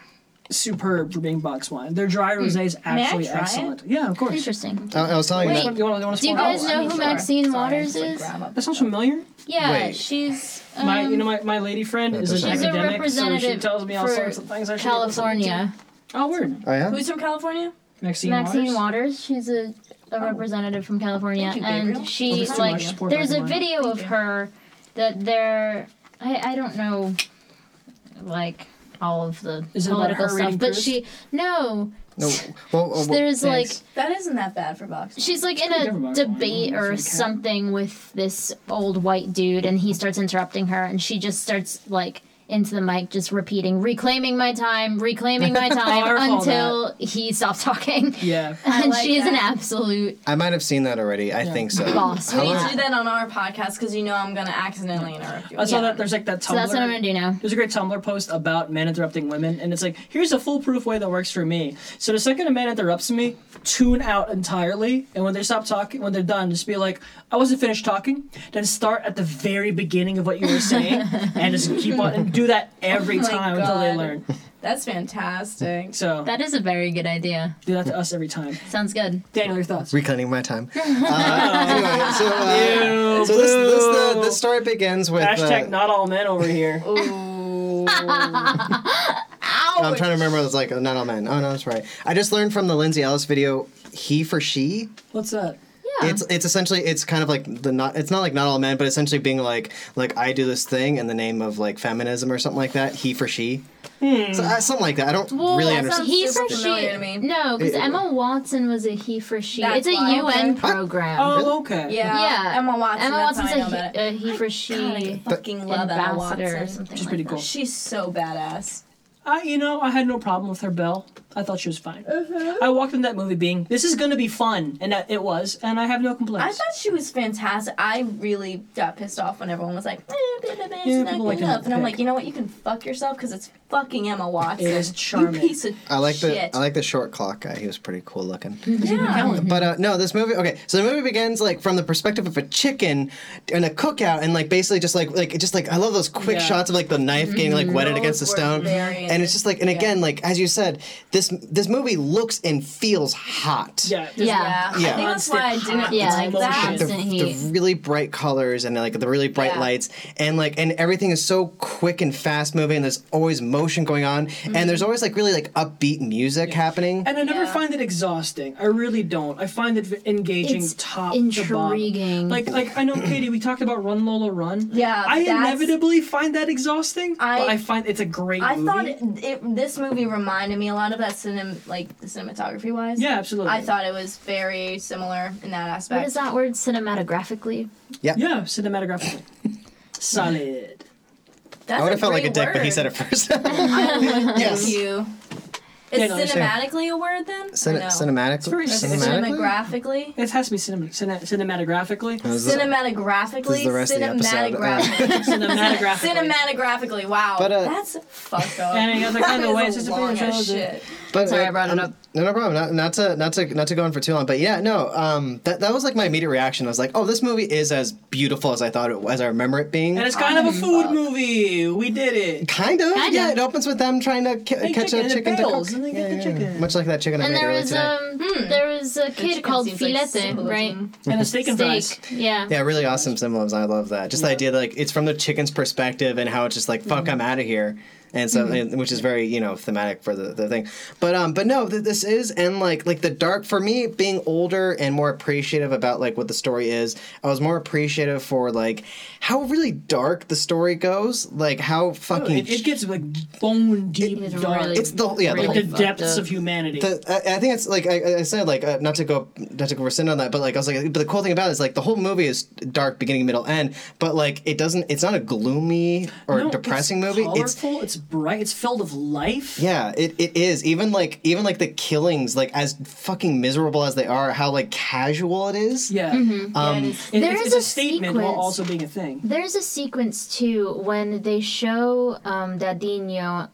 superb for being box wine. Their dry rosé is
I
actually
try it?
excellent. Yeah, of course.
Interesting.
Oh, I, I was telling
You
you.
want, you want, you want to
Do you guys know
Oh, I'm
who
sorry.
Maxine
Sorry, I
Waters
just, like,
is?
grab up.
That sounds familiar.
Yeah,
Wait.
she's um,
my, you know, my, my lady friend is an
She's a
academic, so she
representative
tells me all
for
sorts of things. I should look into.
California.
Oh, weird.
Oh yeah.
Who's from California?
Maxine,
Maxine
Waters. Oh.
Waters. She's a, a representative from California,
Thank you, Gabriel.
and she
Thank you so
like
much. Support
there's a
Black and white.
video of her that they're I I don't know like all of the
Is it about
political
her reading
stuff, but
Proust?
she no
No. Well, well, well
there's
Thanks.
like
That isn't that bad for box.
she's like in
Never
a
mind.
debate
If you
or
can.
something with this old white dude and he starts interrupting her and she just starts like into the mic just repeating reclaiming my time reclaiming my
Oh,
I
time
recall
until he stops talking
Yeah.
and
like
she is an
that.
absolute
I might have seen that already. I think so.
boss
We
for
need
that.
to do that on our podcast because you know I'm gonna accidentally interrupt you.
I saw
Yeah.
that there's like that Tumblr.
so that's what i'm gonna do now
There's a great Tumblr post about men interrupting women, and it's like, here's a foolproof way that works for me. So the second a man interrupts me, tune out entirely, and when they stop talking, when they're done, just be like, I wasn't finished talking. Then start at the very beginning of what you were saying, and just keep on and do that every
Oh my
time until they
God.
learn.
That's fantastic.
So
that is a very good idea
do that to us every time.
sounds good
Daniel, your thoughts?
Reclaiming my time. Uh, anyway, so, uh, so this, this the, the story begins with.
Hashtag
uh,
not all men over here.
Ooh.
I'm trying to remember. It's like not all men. Oh no, that's right. I just learned from the Lindsay Ellis video, "He for She."
What's that?
Yeah.
It's it's essentially it's kind of like the not it's not like not all men, but essentially being like like I do this thing in the name of like feminism or something like that. He for she, so, uh, something like that. I don't
Well,
really
that
understand.
sounds
he
super
for she.
familiar to me.
No, because Emma Watson was a he for she.
That's
it's a
why.
UN
Okay.
program.
Oh, okay.
Yeah,
yeah.
Emma Watson.
Emma
that's how
Watson's
I know about
a,
it.
he, a he for she.
God, I uh, fucking love Emma
ambassador or
Watson.
something.
She's
like
pretty
that.
cool.
She's so badass.
I, you know, I had no problem with her Belle. I thought she was fine.
Mm-hmm.
I walked into that movie being, this is going to be fun, and that, it was, and I have no
I
complaints.
thought she was fantastic. I really got pissed off when everyone was like, eh, blah, blah, blah, she's
Yeah,
not
people
good
like to
enough. And I'm
nitpick.
like, you know what? You can fuck yourself because it's fucking Emma Watson.
It is charming.
You piece of
I like
shit. Mm-hmm.
the I like the short clock guy. He was pretty cool looking.
yeah.
But uh, no, this movie. Okay, so the movie begins like from the perspective of a chicken in a cookout, and like basically just like like just like I love those quick
Yeah.
shots of like the knife getting like wetted
Those
against the
were
stone,
very
and it's just like and again like as you said, this this movie looks and feels hot.
yeah. this-
yeah.
Yeah.
I
Yeah.
think that's why I didn't
Yeah,
like
like
that.
the,
Constant
the
heat.
really bright colors and like the really bright
Yeah.
lights and like and everything is so quick and fast moving and there's always motion going on and
Mm-hmm.
there's always like really like upbeat music happening
And I never
Yeah.
find it exhausting. I really don't. I find it v- engaging
It's
top to bottom.
intriguing.
Like like I know Katie, we talked about Run Lola Run.
Yeah,
I
that's-
inevitably find that exhausting.
I-
but I find it's a great
I
movie.
thought it, it, this movie reminded me a lot of that cinem, like cinematography wise.
Yeah, absolutely.
I thought it was very similar in that aspect.
What is that word cinematographically?
Yeah, cinematographically. Solid.
That's
I would have felt like a
great
dick, but he
word.
said it first.
Thank you. Is
Yeah, no, I'm saying-
cinematically a word then?
Cin-
Or no?
Cinematic.
very
Is it
Cinematically?
Cinemagraphically.
It has to be cinema, cine, cinematographically.
Is it-
Cinematographically.
This is the rest of the episode.
cinematographically.
cinematographically.
Cinematographically. Wow.
But, uh,
That's fucked up.
And "Oh, the other
That
kind of
is
way,
a
it's just a
long
picture
ass
of the-
shit.
But,
Sorry,
uh,
I brought it up.
No, no problem. Not, not to not to not to go on for too long, but yeah, no. Um, that, that was like my immediate reaction. I was like, oh, this movie is as beautiful as I thought it as I remember it being.
And it's kind of a food movie. We did it.
kind of,
Kinda.
yeah. It opens with them trying to ca- catch
chicken
a
and it
chicken to
fails,
cook.
and they
yeah,
get the
yeah.
chicken.
Much like that chicken I
And
made
there
earlier
was
today.
um there was a kid
Hmm. chicken
called
seems like
Filete,
so
right?
And a steak and fries.
Steak. Yeah.
yeah, really awesome symbols. I love that. Just the idea that like it's from the chicken's perspective and how it's just like fuck,
Mm-hmm.
I'm out of here, and so and- which is very you know thematic for the, the thing. But um, but no, th- this is and like like the dark for me being older and more appreciative about like what the story is. I was more appreciative for like how really dark the story goes, like how fucking.
Oh, It, it gets like bone deep
It is
dark.
really
it's the yeah the
like
whole
the
fucked
depths
up.
of humanity.
the, I, I think it's like I, I said, like uh, not to go not to go rescind on that, but like I was like, but the cool thing about it is like the whole movie is dark beginning, middle, end, but like it doesn't. It's not a gloomy or
No,
depressing
it's
movie. It's
Colorful, it's bright. It's filled of life.
yeah, it, it is even like even like the killings, like as fucking miserable as they are, how like casual it is.
Yeah.
Um,
Yeah, it is.
It-
There
it's,
is
it's a,
a
statement while
sequence.
also being a thing.
There's a sequence too when they show um, Dadinho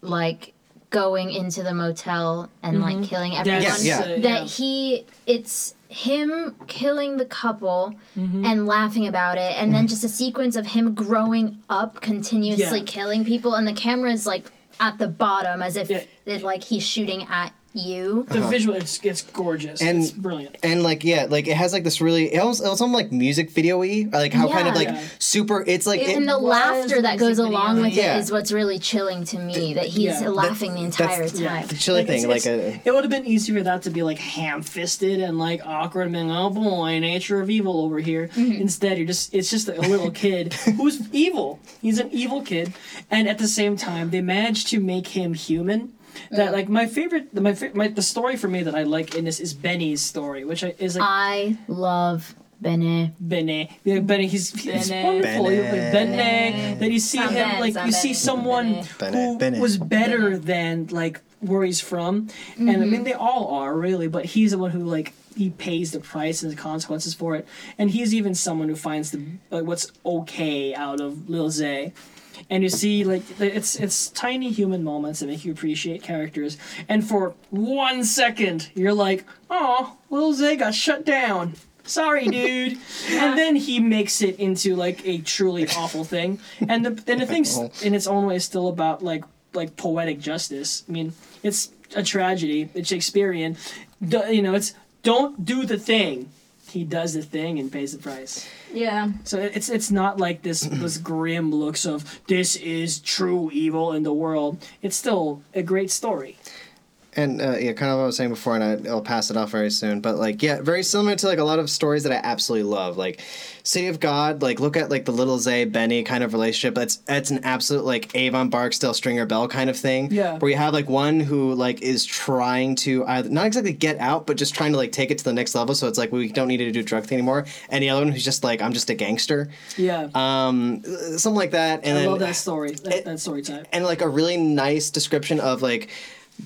like going into the motel and
Mm-hmm.
like killing everyone.
That's,
yeah.
uh,
That he it's him killing the couple
Mm-hmm.
and laughing about it, and then just a sequence of him growing up, continuously
Yeah.
killing people, and the camera's like at the bottom as if
Yeah.
it, like he's shooting at you.
The visual, it's, it's gorgeous.
Uh-huh. And-
it's brilliant.
and like yeah, like it has like this really it almost, it's almost like music video-y, or, like how kind of
Yeah.
like
Yeah.
super. It's like
and the
was
laughter
the
that goes
music video,
along with
yeah.
it is what's really chilling to me. that he's
yeah.
laughing the entire
that's-
time.
the chilly thing,
it's-
like uh,
it's-
a.
it would have been easier for that to be like ham-fisted and like awkward and being oh boy, nature of evil over here. Instead, you're just it's just a little kid who's evil. He's an evil kid, and at the same time, they managed to make him human. That like my favorite, my, fa- my the story for me that I like in this is Benny's story, which I, is like
I love Bene.
Bene. Yeah, Bene, he's, he's
Bene.
wonderful. Bene. Bene. Then you see
Some
him,
Bens,
like,
some
you see
Bens.
someone
Bene.
who
Bene.
was better than, like, where he's from. And, I mean, they all are, really, but he's the one who, like, he pays the price and the consequences for it. And he's even someone who finds the like, what's okay out of Lil Zay. And you see, like, the- it's it's tiny human moments that make you appreciate characters. And for one second, you're like, oh, Lil Zay got shut down. Sorry, dude. and then he makes it into like a truly awful thing. And the and the thing's in its own way is still about like like poetic justice. I mean, it's a tragedy. It's Shakespearean. D- you know, it's don't do the thing. he does the thing and pays the price.
Yeah.
So it's it's not like this this grim looks of this is true evil in the world. It's still a great story.
and uh, yeah, kind of what I was saying before, and I, I'll pass it off very soon. But like, yeah, very similar to like a lot of stories that I absolutely love, like City of God. Like, look at like the little Zay Benny kind of relationship. That's that's an absolute like Avon Barksdale Stringer Bell kind of thing.
Yeah.
where you have like one who like is trying to either not exactly get out, but just trying to like take it to the next level. So it's like we don't need to do drug thing anymore. And the other one who's just like I'm just a gangster,
Yeah,
um, something like that. And
I
then
love that story. That, that story type.
and like a really nice description of like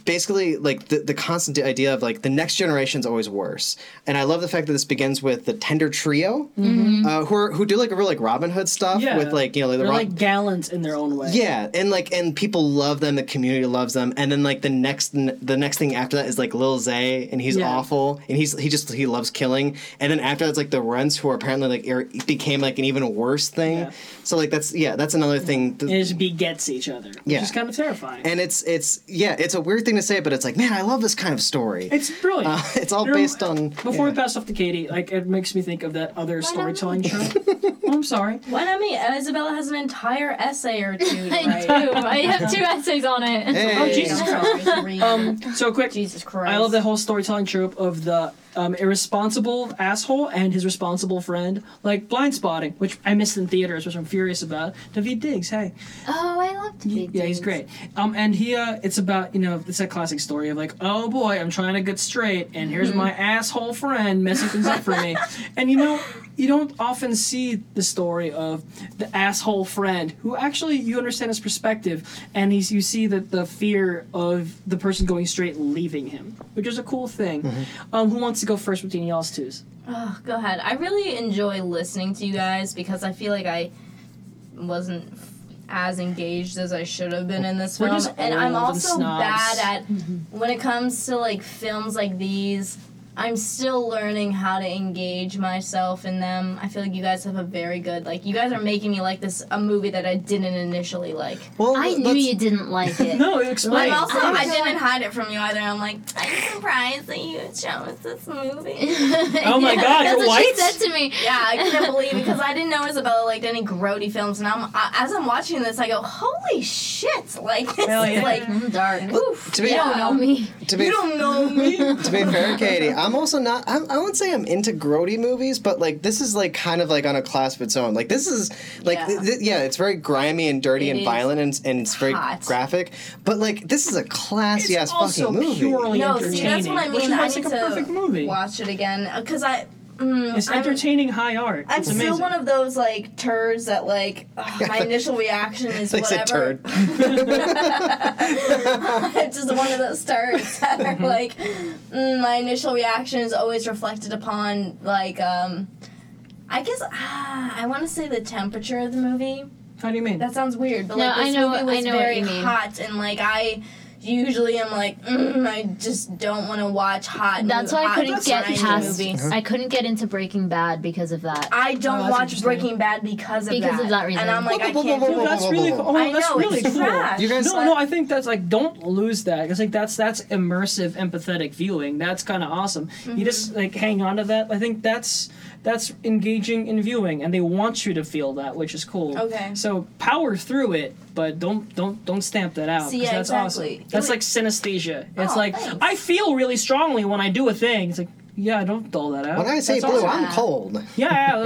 basically like the, the constant idea of like the next generation's always worse and i love the fact that this begins with the tender trio uh, who are, who do like a real like robin hood stuff
Yeah,
with like you know like, the
they're
Ro-
like gallants in their own way.
yeah and like and people love them the community loves them and then like the next the next thing after that is like lil zay and he's
Yeah.
awful and he's he just he loves killing and then after that's like the runs who are apparently like er- became like an even worse thing
Yeah.
so like that's yeah that's another thing th-
and it just begets each other, which
Yeah.
is kind of terrifying.
and it's it's yeah, it's a weird thing to say, but it's like, man, I love this kind of story.
it's brilliant.
Uh, it's all
You know,
based on
Before
yeah.
we pass off to Katie, like it makes me think of that other storytelling trope. oh, I'm sorry.
Why not me? Isabella has an entire essay or two. To
I
write.
do. I have two essays on it.
Hey.
Oh, Jesus Christ. Um, so quick.
Jesus Christ.
I love the whole storytelling trope of the um, irresponsible asshole and his responsible friend, like blind spotting, which I missed in theaters, which I'm furious about. David Diggs, hey,
Oh, I loved Big
yeah, he's
Dudes.
great. Um, and he, uh, it's about you know, it's a classic story of like, oh boy, I'm trying to get straight, and here's my
Mm-hmm.
asshole friend messing things up for me, and you know. You don't often see the story of the asshole friend who actually you understand his perspective, and he's, you see that the fear of the person going straight leaving him, which is a cool thing.
Mm-hmm.
Um, who wants to go first between y'all's twos?
Oh, go ahead. I really enjoy listening to you guys because I feel like I wasn't f- as engaged as I should have been in this
We're
film,
just
and I'm
old and
also
snobs. Mm-hmm.
bad at when it comes to like films like these. I'm still learning how to engage myself in them. I feel like you guys have a very good like. You guys are making me like this a movie that I didn't initially like.
Well,
I knew
let's-
you didn't like it.
No,
But
explain.
I'm also
I
I,
don't-
didn't hide it from you either. I'm like I'm surprised that you chose this movie.
Oh my God,
That's
you're
what she
white?
said to me.
Yeah, I couldn't believe it because I didn't know Isabella liked any grody films, and I'm I, as I'm watching this, I go, "Holy shit!" Like this
Hell
is
yeah. Mm,
like,
I'm dark.
oof.
oh, To be-
yeah.
You don't know me.
You
to be
don't know me.
to be fair, Katie, I'm also not. I'm, I wouldn't say I'm into grody movies, but like this is like kind of like on a class of its own. Like this is like
Yeah.
th- th- yeah, it's very grimy and dirty
It
and
is
violent and, and it's very
hot.
graphic. But like this is a classy ass
it's also
fucking movie.
purely
No,
entertaining.
see, that's what I
Which
mean. I
makes
need
like a perfect movie.
to watch it again because I. Mm,
It's
I'm-
entertaining high art.
I'm
it's
still
amazing.
one of those like turds that like ugh, my initial reaction is
They
whatever.
said turd.
it's just one of those turds that are like mm, my initial reaction is always reflected upon like um I guess ah, I want to say the temperature of the movie.
How do you mean?
That sounds weird, but
No,
like this
I know-
movie was
I know what
very
you mean.
hot and like I usually am like mm, I just don't want to watch hot.
That's
mo-
why I
Ah,
hot
couldn't get
grimy
past.
movies.
Uh-huh.
I couldn't get into Breaking Bad because of that.
I
Oh,
don't
that's
watch
interesting.
Breaking Bad because of
Because
that.
of that reason.
And I'm like I
Whoa, whoa,
can't
whoa,
do
whoa,
Dude,
that.
that's really cool. Oh,
I
that's
know,
really
it's
cool.
trash.
You guys-
no, no, I think that's like don't lose that. It's like that's that's immersive, empathetic viewing. That's kind of awesome. You just
Mm-hmm.
like hang on to that. I think that's that's engaging in viewing, and they want you to feel that, which is cool.
Okay.
So power through it, but don't don't don't stamp that out.
See,
'cause
yeah,
that's
exactly.
awesome. That's like synesthesia. It's
Oh,
like
thanks.
I feel really strongly when I do a thing. It's like yeah, don't dull that out.
When I say
That's
blue,
awesome.
I'm cold.
yeah,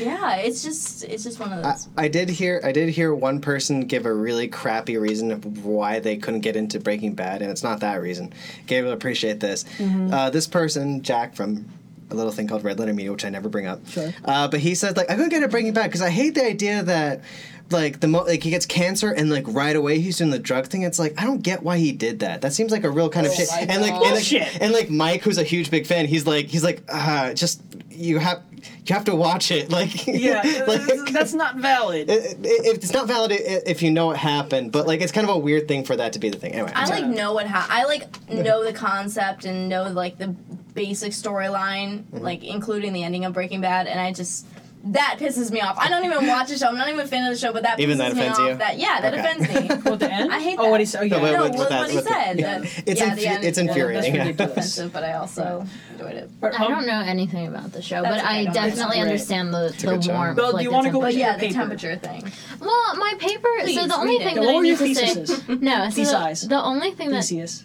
yeah.
Yeah, it's just it's just one of
I,
those.
I did hear I did hear one person give a really crappy reason of why they couldn't get into Breaking Bad, and it's not that reason. Gabe will appreciate this.
Mm-hmm.
Uh, this person, Jack from a little thing called Red Letter Media, which I never bring up,
Sure.
uh, but he said like I couldn't get into Breaking Bad because I hate the idea that like the mo- like he gets cancer and like right away he's doing the drug thing. It's like I don't get why he did that. That seems like a real kind of shit. And like, and
Oh Bullshit.
like and like Mike, who's a huge big fan, he's like he's like uh, just you have you have to watch it like
yeah. uh,
like-
that's not valid.
it, it, it's not valid i- i- if you know it happened, but like it's kind of a weird thing for that to be the thing. Anyway, I'm
I
sorry.
like know what ha- I like know the concept and
Mm-hmm.
know like the basic storyline, like including the ending of Breaking Bad, and I just that pisses me off. I don't even watch the show. I'm not even a fan of the show, but that pisses
Even that
me
offends
off.
you?
That yeah, that
Okay.
offends me.
Well, the end?
I hate
Oh, what
that.
he said. Oh, yeah.
No, wait,
no,
wait,
what,
what
what
that-
he
what the-
said.
yeah.
that-
It's
yeah,
inf-
the end,
it's
yeah, that's
infuriating.
ridiculous.
offensive, but I also enjoyed it.
But,
I
um,
don't know anything about the show,
That's
but
okay,
I
don't worry
about
definitely
it.
understand the,
a
the
good show.
warm.
Well, do
like,
you
the
wanna go
temperature.
But yeah, the
Paper.
temperature thing.
Well, my paper. so
Please,
the only
read it.
thing
What
that I
were your
need to say.
theses?
No, so
Thesis.
the, the only thing that
Theseus.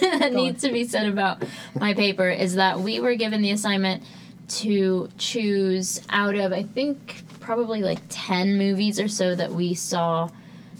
that needs to be said about my paper is that we were given the assignment to choose out of I think probably like 10 movies or so that we saw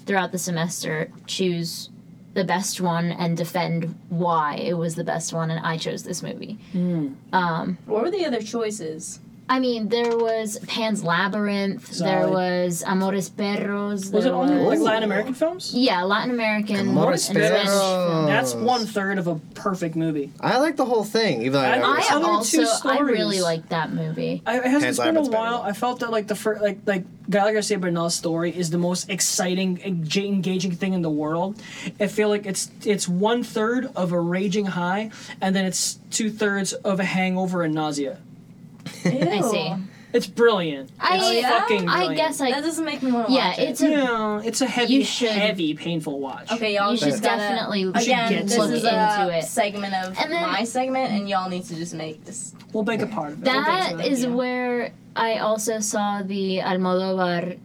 throughout the semester choose the best one and defend why it was the best one and I chose this movie.
What were the other choices?
I mean, there was Pan's Labyrinth, there
Solid.
was Amores Perros,
Was it
there
only like
was-
Latin American films?
Yeah, Latin American.
Amores
and Spanish
Perros.
film.
That's one third of a perfect movie.
I like the whole thing. Even though I,
I-
never
I
saw it.
Other two
also I really
stories.
like that movie.
I, it hasn't
Pan's
been a
Labyrinth's better,
while.
though.
I felt that like the first, like like Gallagher Garcia Bernal's story is the most exciting, eng- engaging thing in the world. I feel like it's it's one third of a raging high, and then it's two thirds of a hangover and nausea.
I see.
It's brilliant.
I,
it's
yeah?
fucking brilliant.
I guess I.
That doesn't make me want to
Yeah,
watch
it's
it.
a.
yeah, it's a heavy,
You should-
heavy, painful watch.
Okay, y'all
You should
just gotta-
definitely
again.
get
This
look
is
into
a
it.
segment of
And then-
my segment, and y'all need to just make this.
We'll make a part of it. We'll get to
That
it,
is
yeah.
where I also saw the Almodovar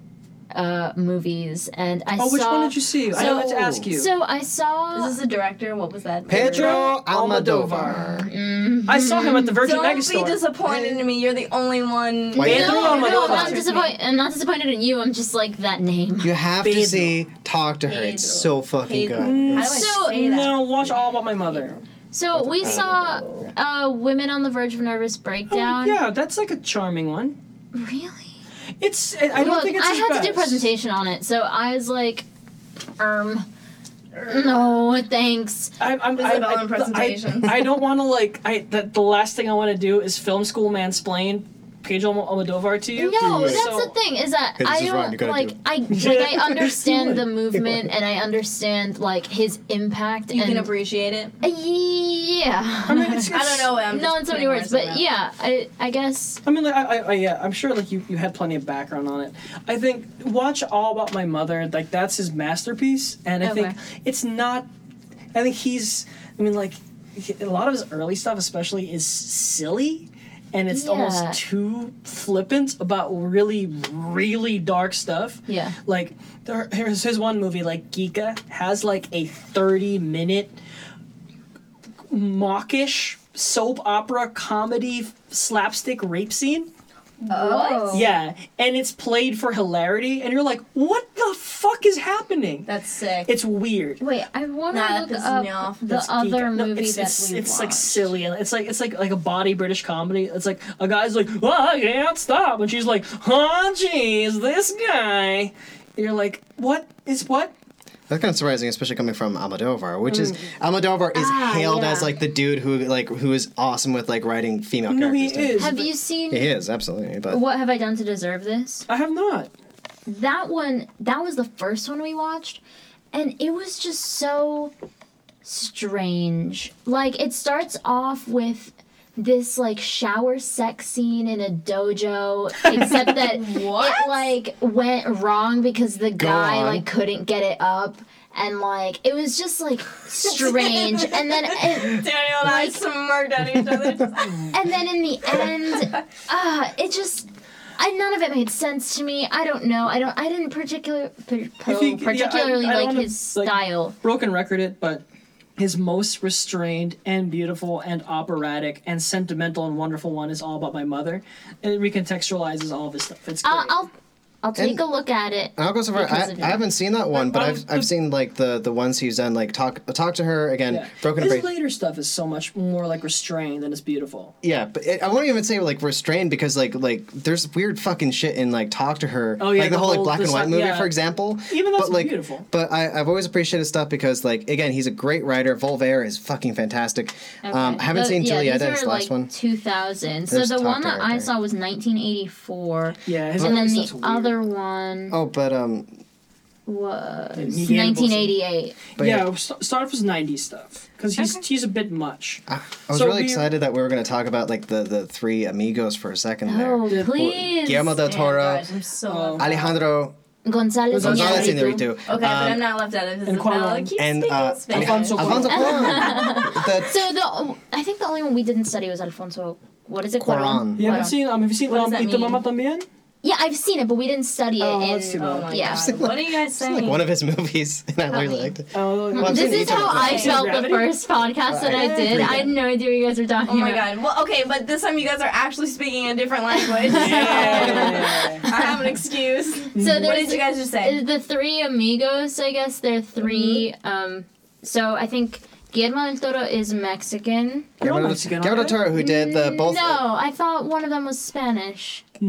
uh, movies, and I
Oh,
saw.
which one did you see? I
So-
wanted to ask you.
So I saw.
This is the director. What was that?
Pedro
Almodovar.
Almodovar.
Mm-hmm.
I saw him at the Virgin
Don't
Megastore.
be disappointed in me. You're the only one.
Wait,
Pedro
no, no,
Almodovar.
I'm not disappointed. I'm not disappointed in you. I'm just like that name.
You have
Pedro.
to see Talk to Her. It's so fucking
Pedro.
good.
How do I
So,
say that?
No, watch all about my mother.
So we saw uh, women on the verge of nervous breakdown.
Oh, Yeah, that's like a charming one.
Really?
It's. I I don't
Look,
think it's.
I
his
had
best.
to do a presentation on it, so I was like, um, no, thanks.
I, I'm, I,
Isabel
I,
in presentations.
I, I don't want to like. I that the last thing I want to do is film school mansplain Pedro Almo- Almodovar to you.
No, that's
So-
the thing is that
Hey, this
I
is
don't
wrong, you gotta
like
do it.
I like I understand the movement and I understand like his impact
You
and Uh,
can appreciate it.
yeah.
I mean, it's,
I don't know. I'm
no, in
just
so
putting
many words,
in
but
my
yeah, I I guess
I mean, like, I, I, I, yeah, I'm sure like you, you had plenty of background on it. I think watch All About My Mother, like that's his masterpiece, and I
Okay.
think it's not. I think he's. I mean, like he- a lot of his early stuff, especially, is silly, and it's
Yeah.
almost too flippant about really, really dark stuff.
Yeah.
Like there, here's his one movie, like Geeka, has like a 30 minute mawkish soap opera comedy f- slapstick rape scene.
What?
Yeah, and it's played for hilarity, and you're like, what the fuck is happening?
That's sick.
it's weird.
wait, I want to
Nah, that
look
pisses
up
me off.
the
That's
other
geek- no,
movie
it's,
that
it's,
we
it's
watched.
like silly and it's like it's like like a body British comedy. It's like a guy's like, oh, I can't stop, and she's like, oh, jeez, this guy. You're like, what is what?
That's kind of surprising, especially coming from Almodovar, which is Almodovar is
Ah,
hailed
yeah.
as like the dude who like who is awesome with like writing female
No, he
characters. too.
is.
Have
but-
you seen
He is absolutely, but
What have I done to deserve this?
I have not.
that one that was the first one we watched and it was just so strange like it starts off with this like shower sex scene in a dojo except that it like went wrong because the guy
on.
like couldn't get it up and like it was just like strange and then it,
Daniel and I smirked at each other.
and then in the end, uh, it just. I, none of it made sense to me. I don't know. I don't. I didn't particular, per,
think- yeah, I-
particularly
I don't
like
wanna,
his
like-
style.
broken record it, but his most restrained and beautiful and operatic and sentimental and wonderful one is all about my mother, and it recontextualizes all of his stuff. It's great.
I'll, I'll, I'll take
And- Um,
a look at it.
I'll go so far.
Because
I,
of
I
you.
haven't seen that one, but
But
I've,
I'm-
I've seen like the the ones he's done like talk talk to her again.
yeah.
Broken
his
Break-
later stuff is so much more like restrained and it's beautiful.
Yeah, but it, I won't even say like restrained because like like there's weird fucking shit in like Talk to Her.
Oh, yeah,
like the,
the
whole like
whole-
black
the
and white
si-
movie,
yeah.
for example.
Even that's
but, like,
beautiful.
But I, I've always appreciated stuff because like again he's a great writer. Volvaire is fucking fantastic. Um, I haven't
The-
seen
yeah,
Julieta,
these
his
are,
last
like,
one.
2000.
There's
so the one
Doctor
that
right
I
there.
saw was 1984.
Yeah, his
and
early
then
stuff's
the
weird.
other one.
Oh, but um,
was
Miguel
1988.
But
yeah, st- start off with '90s stuff because he's he's a bit much.
I I was
So
really
we-
excited that we were going to talk about like the, the three amigos for a second there.
Oh, please.
Guillermo del Toro,
Guys, I'm so.
Alejandro
Gonzalez.
Gonzalez
Iñárritu.
Iñárritu, um,
okay, but I'm not left out of this.
and
Isabel
Cuarón.
keeps
and
speaking
uh,
Spanish.
Alfonso Cuarón.
Alfonso Cuarón. the
So the I think the only one we didn't study was Alfonso. What is it?
Cuarón.
You
Yeah,
haven't seen um, have you seen
What
um,
does that
Y tu mamá
mean? Eh,
también?
yeah, I've seen it, but we didn't study
Oh,
it.
that's too
in,
bad.
Oh my
Yeah.
god. What are you guys
like
saying?
one of his movies, and I really liked it.
Oh,
Well, I've
this
seen
is
each of
how
them.
I
Seen
felt the
Gravity?
first podcast that I
I
did.
agree.
I had no idea what you guys were talking
Oh my
about.
god. Well, okay, but this time you guys are actually speaking a different language.
Yeah.
I have an excuse.
So
What
there's uh,
did you guys just say?
the three amigos, I guess they're 3 Um, so I think Guillermo del Toro is Mexican.
You're
Guillermo
not Mexican,
Guillermo
are
del Toro, who did the both.
No, I thought one of them was Spanish. Or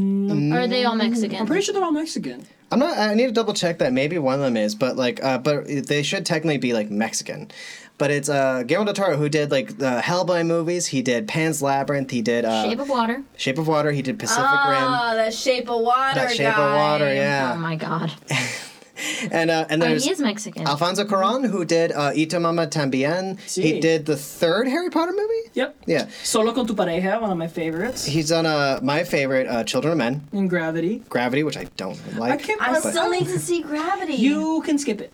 are they all Mexican?
Mm, I'm pretty sure they're all Mexican.
I'm not. I need to double check that. Maybe one of them is, but like, uh, but they should technically be like Mexican. But it's uh, Guillermo del Toro who did like the Hellboy movies. He did Pan's Labyrinth. He did uh,
Shape of Water.
Shape of Water. He did Pacific Rim.
Oh, the shape of water.
That Shape
guy.
of Water,
Oh
yeah.
my god.
And uh, Uh-huh. and
Oh,
there's
he is Mexican.
Alfonso Cuarón who did uh, Ita Mama Tambien. He
See.
did the third Harry Potter movie.
Yep.
Yeah,
Solo con tu pareja, one of my favorites.
he's done uh, my favorite uh, Children of Men,
In Gravity.
Gravity, which I don't like.
I can't.
I
remember.
still need to see gravity.
You can skip it.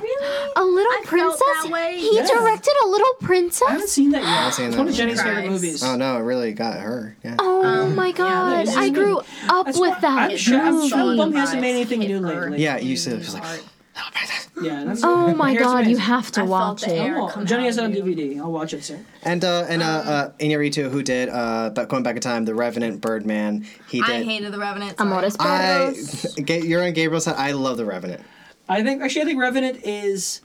really?
a little
I
princess.
felt that way.
He
Yes.
directed a little
I haven't
princess.
seen that yet.
seen
it's
that
one of
one.
Jenny's favorite
Christ.
movies.
Oh no, it really got her. Yeah.
Oh my god!
this
I
is-
grew up
That's
with
why-
that
I'm sure. I'm
movie.
sure Bum hasn't
Vibes.
made anything
It
new
hurt.
lately.
Yeah, you see, it was like, "Oh, Princess."
Yeah. That's,
Oh my
Here's
god! You
amazing.
have to
I felt
watch
the
it.
air.
Oh,
come
Jenny
out
has it on
of you.
DVD. I'll watch it soon.
And uh, and uh, uh, Inarritu, who did uh, but going back in time, the Revenant, Birdman. He did.
I hated the Revenant. sorry.
Amores
I,
Perros.
Ga- you're on Gabriel's side. I love the Revenant.
I think actually I think Revenant is.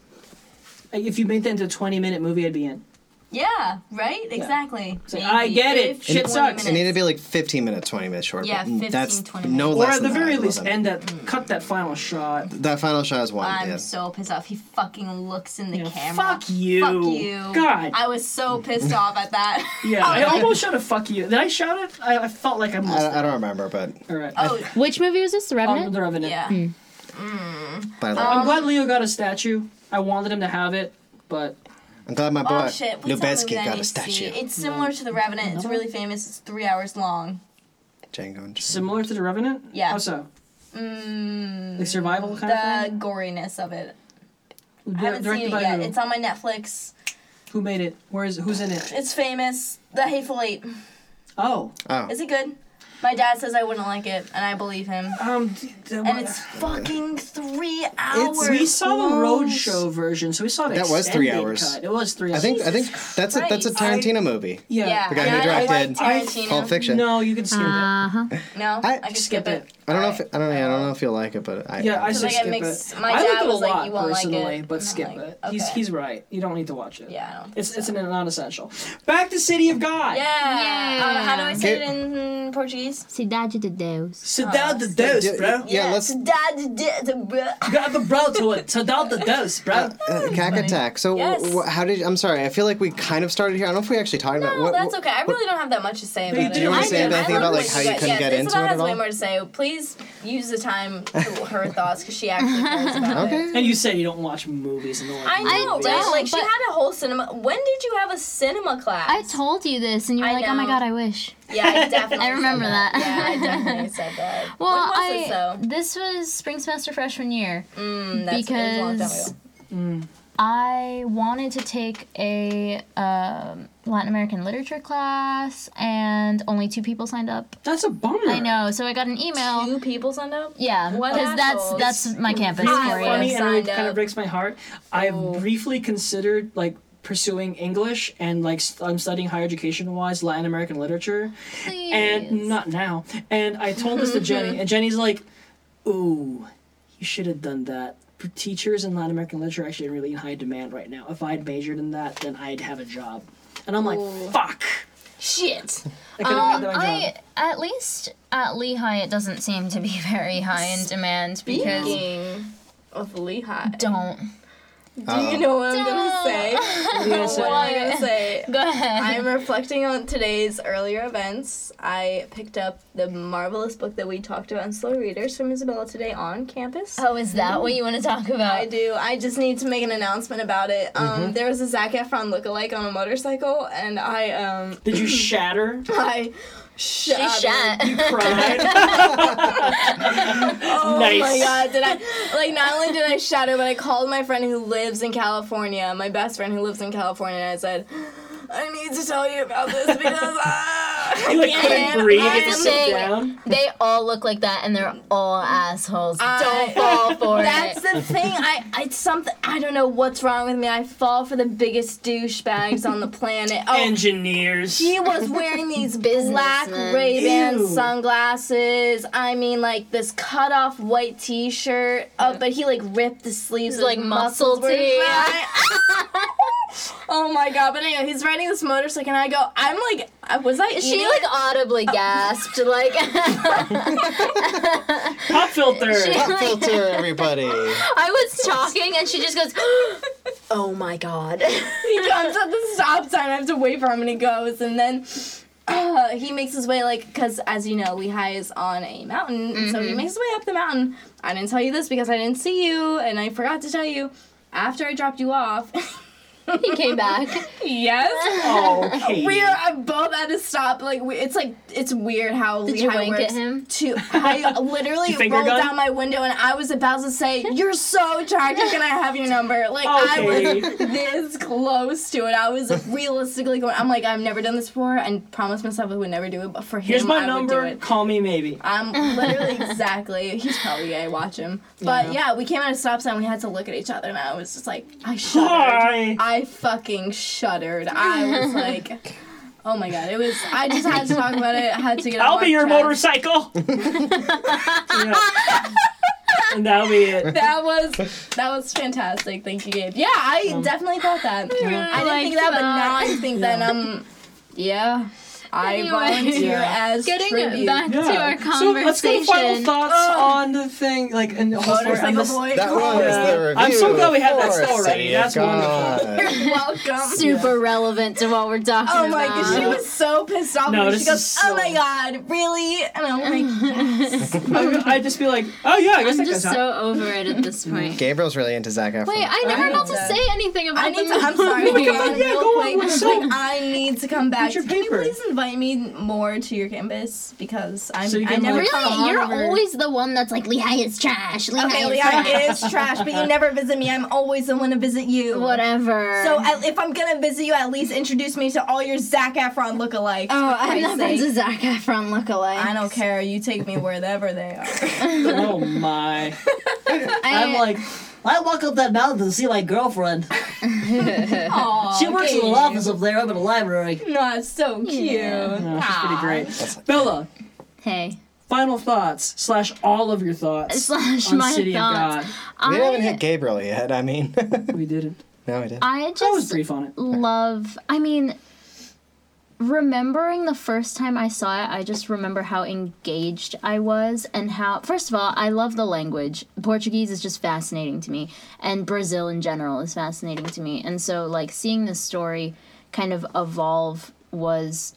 like, If you made that into a 20 minute movie, I'd be in.
Yeah, right? Exactly.
like, I get it. Shit sucks.
It needed to be like 15 minutes, 20 minutes short.
Yeah,
but mm,
15,
that's
20
no
minutes.
Or
less.
at the
than that. I
very
love
least,
it.
end that. Cut that final shot.
that final shot is one.
I'm
yeah.
so pissed off. He fucking looks in the camera.
Fuck you.
Fuck you.
God.
I was so pissed off at that.
yeah. I almost shouted "fuck you." Did I shout it? I, I felt like I must.
I, I don't remember, but
All right.
Oh,
Which movie was this? The
Um,
Revenant.
the Revenant.
yeah.
but I love
Oh.
I'm
it.
glad Leo got a statue. I wanted him to have it, but
I'm glad my boy
Oh shit. Please tell me
Lubeski
that I need
got a
to see.
statue.
It's similar to The Revenant. It's really famous. It's three hours long.
Django and Django.
similar to the Revenant.
Yeah.
How so?
Mm,
Like survival kind
the
of thing.
goriness of it.
Di-
I haven't
directed
seen it
by
yet.
who?
It's on my Netflix.
who made it? Where is who's in it?
It's famous. The Hateful Eight.
Oh,
Oh,
Is it good? My dad says I wouldn't like it, and I believe him.
um, d- d-
And it's fucking three hours.
we saw the
long.
roadshow version, so we saw the
That was three
extended
hours.
Cut. It was three.
I
hours.
think I think that's a, that's a
Christ.
Tarantino movie.
yeah.
Yeah.
The guy who
and I like
directed
Tarantino.
Pulp Fiction.
No, you can skip
Um,
it.
Uh
No,
huh.
I-
I, can
skip
skip,
it.
it.
I don't know if I don't yeah, I don't know if you'll like it, but I
Yeah, I
Cause
should
I get
skip
mixed-
it.
my
I
dad
like it a
was like,
lot
"You won't like
personally,
it."
but
I'm
skip
like,
it. He's
okay.
he's right. You don't need to watch it.
Yeah, I don't think
it's it's an non-essential. Back to City of God.
Yeah. Uh, how do I say
Okay.
it in Portuguese?
Cidade de Deus.
Sit
Oh,
down the dose,
Yeah,
bro.
yeah, let's
Dad did the br-
Grab the bro to it. Sit down the dose, bro.
Uh, Cack Attack. So,
Yes.
wh- how did? I'm sorry. I feel like we kind of started here. I don't know if we actually talked about.
No,
What,
that's
what-
okay. I really don't have that much to say about
you
it.
do. You wanna
I
say
do. I
anything
love
about,
like,
what
how
you
you
guys-
couldn't
yeah,
get
Isabel
into it at
has way
all?
more to say. Please use the time to her thoughts because she actually cares about it.
Okay.
And you said you don't watch movies and all that.
I know, right?
don't,
Like she
but-
had a whole cinema. When did you have a cinema class?
I told you this, and you were
I
like, "Oh my
know.
god, I wish."
yeah, I definitely.
I remember
said
that.
Yeah, I definitely said that.
Well,
when was
I
it, though?
this was spring semester freshman year
Mm, that's, it was a long time
because
ago.
I wanted to take a um, Latin American literature class, and only two people signed up.
That's a bummer.
I know, so I got an email.
two people signed up.
Yeah,
What
because that's
assholes.
that's my campus
Really
for
funny,
you.
and it
Signed
kind of
up.
breaks my heart. I briefly considered like pursuing English and like st- I'm studying higher education wise Latin American literature, and not now. And I told this to Jenny, and Jenny's like, "Ooh, you should have done that." For Teachers in Latin American literature are actually really in high demand right now. If I had majored in that, then I'd have a job. And I'm like, fuck.
Shit.
I could
Um,
have had that job.
I at least at Lehigh it doesn't seem to be very high in demand because
Speaking of Lehigh,
don't
do you know what I'm gonna say? what am I gonna say?
Go ahead.
I'm reflecting on today's earlier events. I picked up the marvelous book that we talked about in Slow Readers from Isabella today on campus.
oh, is that what you want to talk about?
I do. I just need to make an announcement about it. Um,
Mm-hmm.
There was a Zac Efron lookalike on a motorcycle, and I um,
Did you shatter?
I
She
shattered.
shat.
Cried?
Oh my
Nice.
god, did I like not only did I shatter, but I called my friend who lives in California, my best friend who lives in California, and I said, I need to tell you about this because ah,
You like
I
couldn't
can't.
breathe
I
and
am
sit
thing.
down?
They all look like that, and they're all assholes.
I-
Don't fall for
That's
it.
the thing. I it's something I don't know what's wrong with me. I fall for the biggest douchebags on the planet. Oh,
Engineers.
He was wearing these black
Businessman.
Ray Ban
Ew.
sunglasses. I mean, like this cut off white T shirt. Uh, but he like ripped the sleeves.
It's like
his
muscle
were
tee,
showing. oh my god! But anyway, he's riding this motorcycle, and I go, I'm like, I- was I?
She
eating?
like audibly gasped, like
Pop filter.
Pop filter, everybody.
I was talking, and she just goes, "Oh my god."
he comes at the stop sign. I have to wait for him, and he goes, and then. Uh, he makes his way like because as you know Lehigh is on a mountain and so he
Mm-hmm.
makes his way up the mountain i didn't tell you this because i didn't see you and i forgot to tell you after i dropped you off
he came back.
yes
Oh, Katie.
we are I'm both at a stop like we, it's like it's weird how
Did you
Lehigh
wink
works
at him?
to i literally
you finger
rolled
gun?
down my window and i was about to say you're so attractive can i have your number like
Oh,
i was
Katie.
this close to it. I was realistically going. I'm like, I've never done this before, and promised myself I would never do it. But for him,
Here's my
I would
number.
do it.
Call me maybe.
I'm literally exactly. He's probably gay. Watch him. But yeah. we came at a stop sign. We had to look at each other, and I was just like, I shuddered.
Hi.
I fucking shuddered. I was like. Oh my god, it was. I just had to talk about it. I had to get. it
I'll
off
be your
chest.
motorcycle. Yeah. And that'll be it.
That was that was fantastic. Thank you, Gabe. Yeah, I
Um,
definitely thought that. I didn't think that,
liked
but now
that.
I think that um, yeah, I
Anyway.
volunteer
Yeah.
as
Getting
tribute.
back to our conversation.
So
Oh.
let's go to final thoughts on the thing. Like, and the whole story. on
Motorcycle
this-
boy.
That was the review.
I'm so glad we had that
for
story.
City of
That's wonderful.
God.
welcome.
Super relevant to what we're talking
Oh my
about.
god, she was so pissed off.
No,
when she
this
goes,
is
"Oh
so-
my god, really?" And I'm like,
I- I'd just be like, oh yeah, I guess
I'm
that
just
goes out.
so over it at this point.
Gabriel's really into Zac Efron.
Wait, I never got to
that.
say anything about
"I need
the
to." I'm sorry.
movie.
Gabe,
on, yeah,
real
go on,
quick.
what's
Like,
up?
I need to come back.
your
Can you
paper.
please invite me more to your campus because I'm.
So you
I
can,
never
like,
come
Really? You're
over.
always the one that's like Lehigh is trash. Lehigh
Okay,
is
Leon
trash.
is trash, but you never visit me. I'm always the one to visit you.
Whatever.
So at, if I'm gonna visit you, at least introduce me to all your Zac Efron lookalikes.
oh,
for Christ's
I'm not
sake.
into Zac Efron lookalike.
I don't care. You take me wherever they are.
Oh my.
I,
I'm like, I walk up that mountain to see my girlfriend.
Oh,
She works in the office up there. I'm in the library.
No, it's so cute.
That's pretty great. Bella,
hey.
final thoughts slash all of your thoughts
Slash
on
my
City
thoughts.
of
we haven't
I,
hit Gabriel yet. I mean,
God. We didn't.
no, we didn't.
I
I was
just
brief on it.
love I mean remembering the first time I saw it, I just remember how engaged I was and how first of all, I love the language. Portuguese is just fascinating to me and Brazil in general is fascinating to me. And so like seeing this story kind of evolve was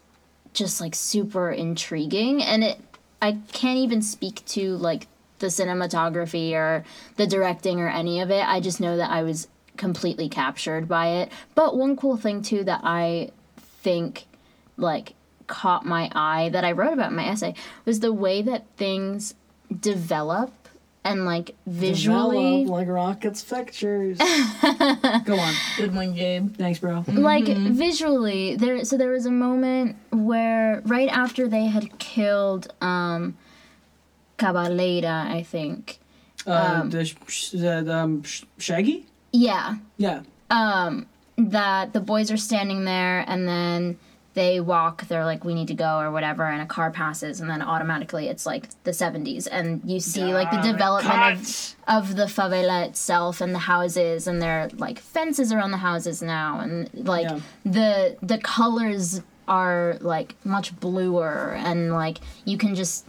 just like super intriguing and it I can't even speak to like the cinematography or the directing or any of it. I just know that I was completely captured by it. But one cool thing too that I think like caught my eye that I wrote about in my essay was the way that things develop and like visually
Develop like rockets pictures. Go on. Mm-hmm.
Good one, Gabe.
Thanks, bro.
like visually there so there was a moment where right after they had killed um Caballera, I think.
Uh, the, sh- sh- the um, sh- Shaggy?
Yeah.
Yeah.
um, that the boys are standing there and then they walk they're like we need to go or whatever and a car passes and then automatically it's like the 70s and you see like
Uh,
the development of, of the favela itself and the houses and their like fences around the houses now and like
Yeah.
the the colors are like much bluer and like you can just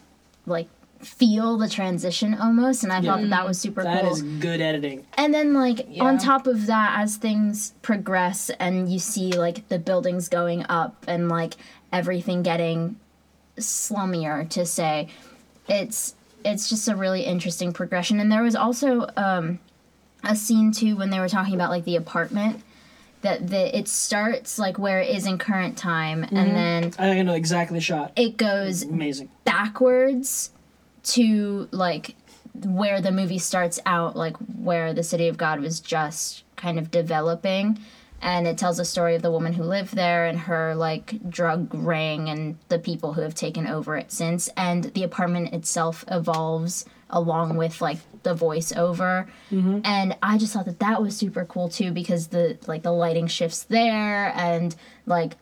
like feel the transition almost, and I thought that that was super
That
cool.
is good editing.
And then, like,
Yeah.
on top of that, as things progress and you see, like, the buildings going up and, like, everything getting slummier to say, it's it's just a really interesting progression. And there was also um, a scene, too, when they were talking about, like, the apartment, that the, it starts, like, where it is in current time, and then
I think I know exactly the shot.
it goes
Amazing.
backwards to like where the movie starts out, like where the city of God was just kind of developing. And it tells the story of the woman who lived there and her like drug ring and the people who have taken over it since. And the apartment itself evolves along with like the voiceover. And I just thought that that was super cool too because the like the lighting shifts there and like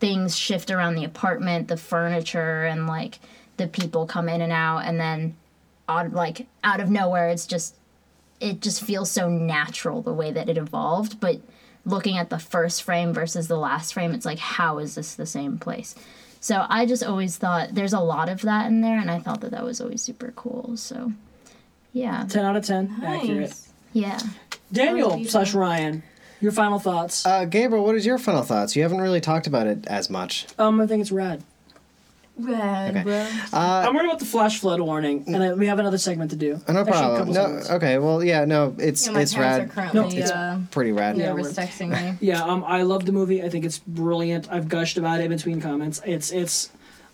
things shift around the apartment, the furniture, and like the people come in and out, and then out like out of nowhere, it's just it just feels so natural the way that it evolved. But looking at the first frame versus the last frame, it's like how is this the same place? So I just always thought there's a lot of that in there, and I thought that that was always super cool. So yeah,
10 out of 10. Accurate.
Nice.
yeah.
Daniel slash Ryan, your final thoughts?
Uh, Gabriel, what is your final thoughts? You haven't really talked about it as much.
um, I think it's rad.
Rad, bro.
I'm worried about the flash flood warning, and I, we have another segment to do.
uh,
Actually,
No
a
problem.
couple
No,
segments.
okay. Well, yeah. No, it's
Yeah, my
it's
parents
rad.
are currently
it's-
uh,
Pretty rad.
yeah,
we're-
texting me.
Yeah, um, I love the movie. I think it's brilliant. I've gushed about it between comments. It's it's.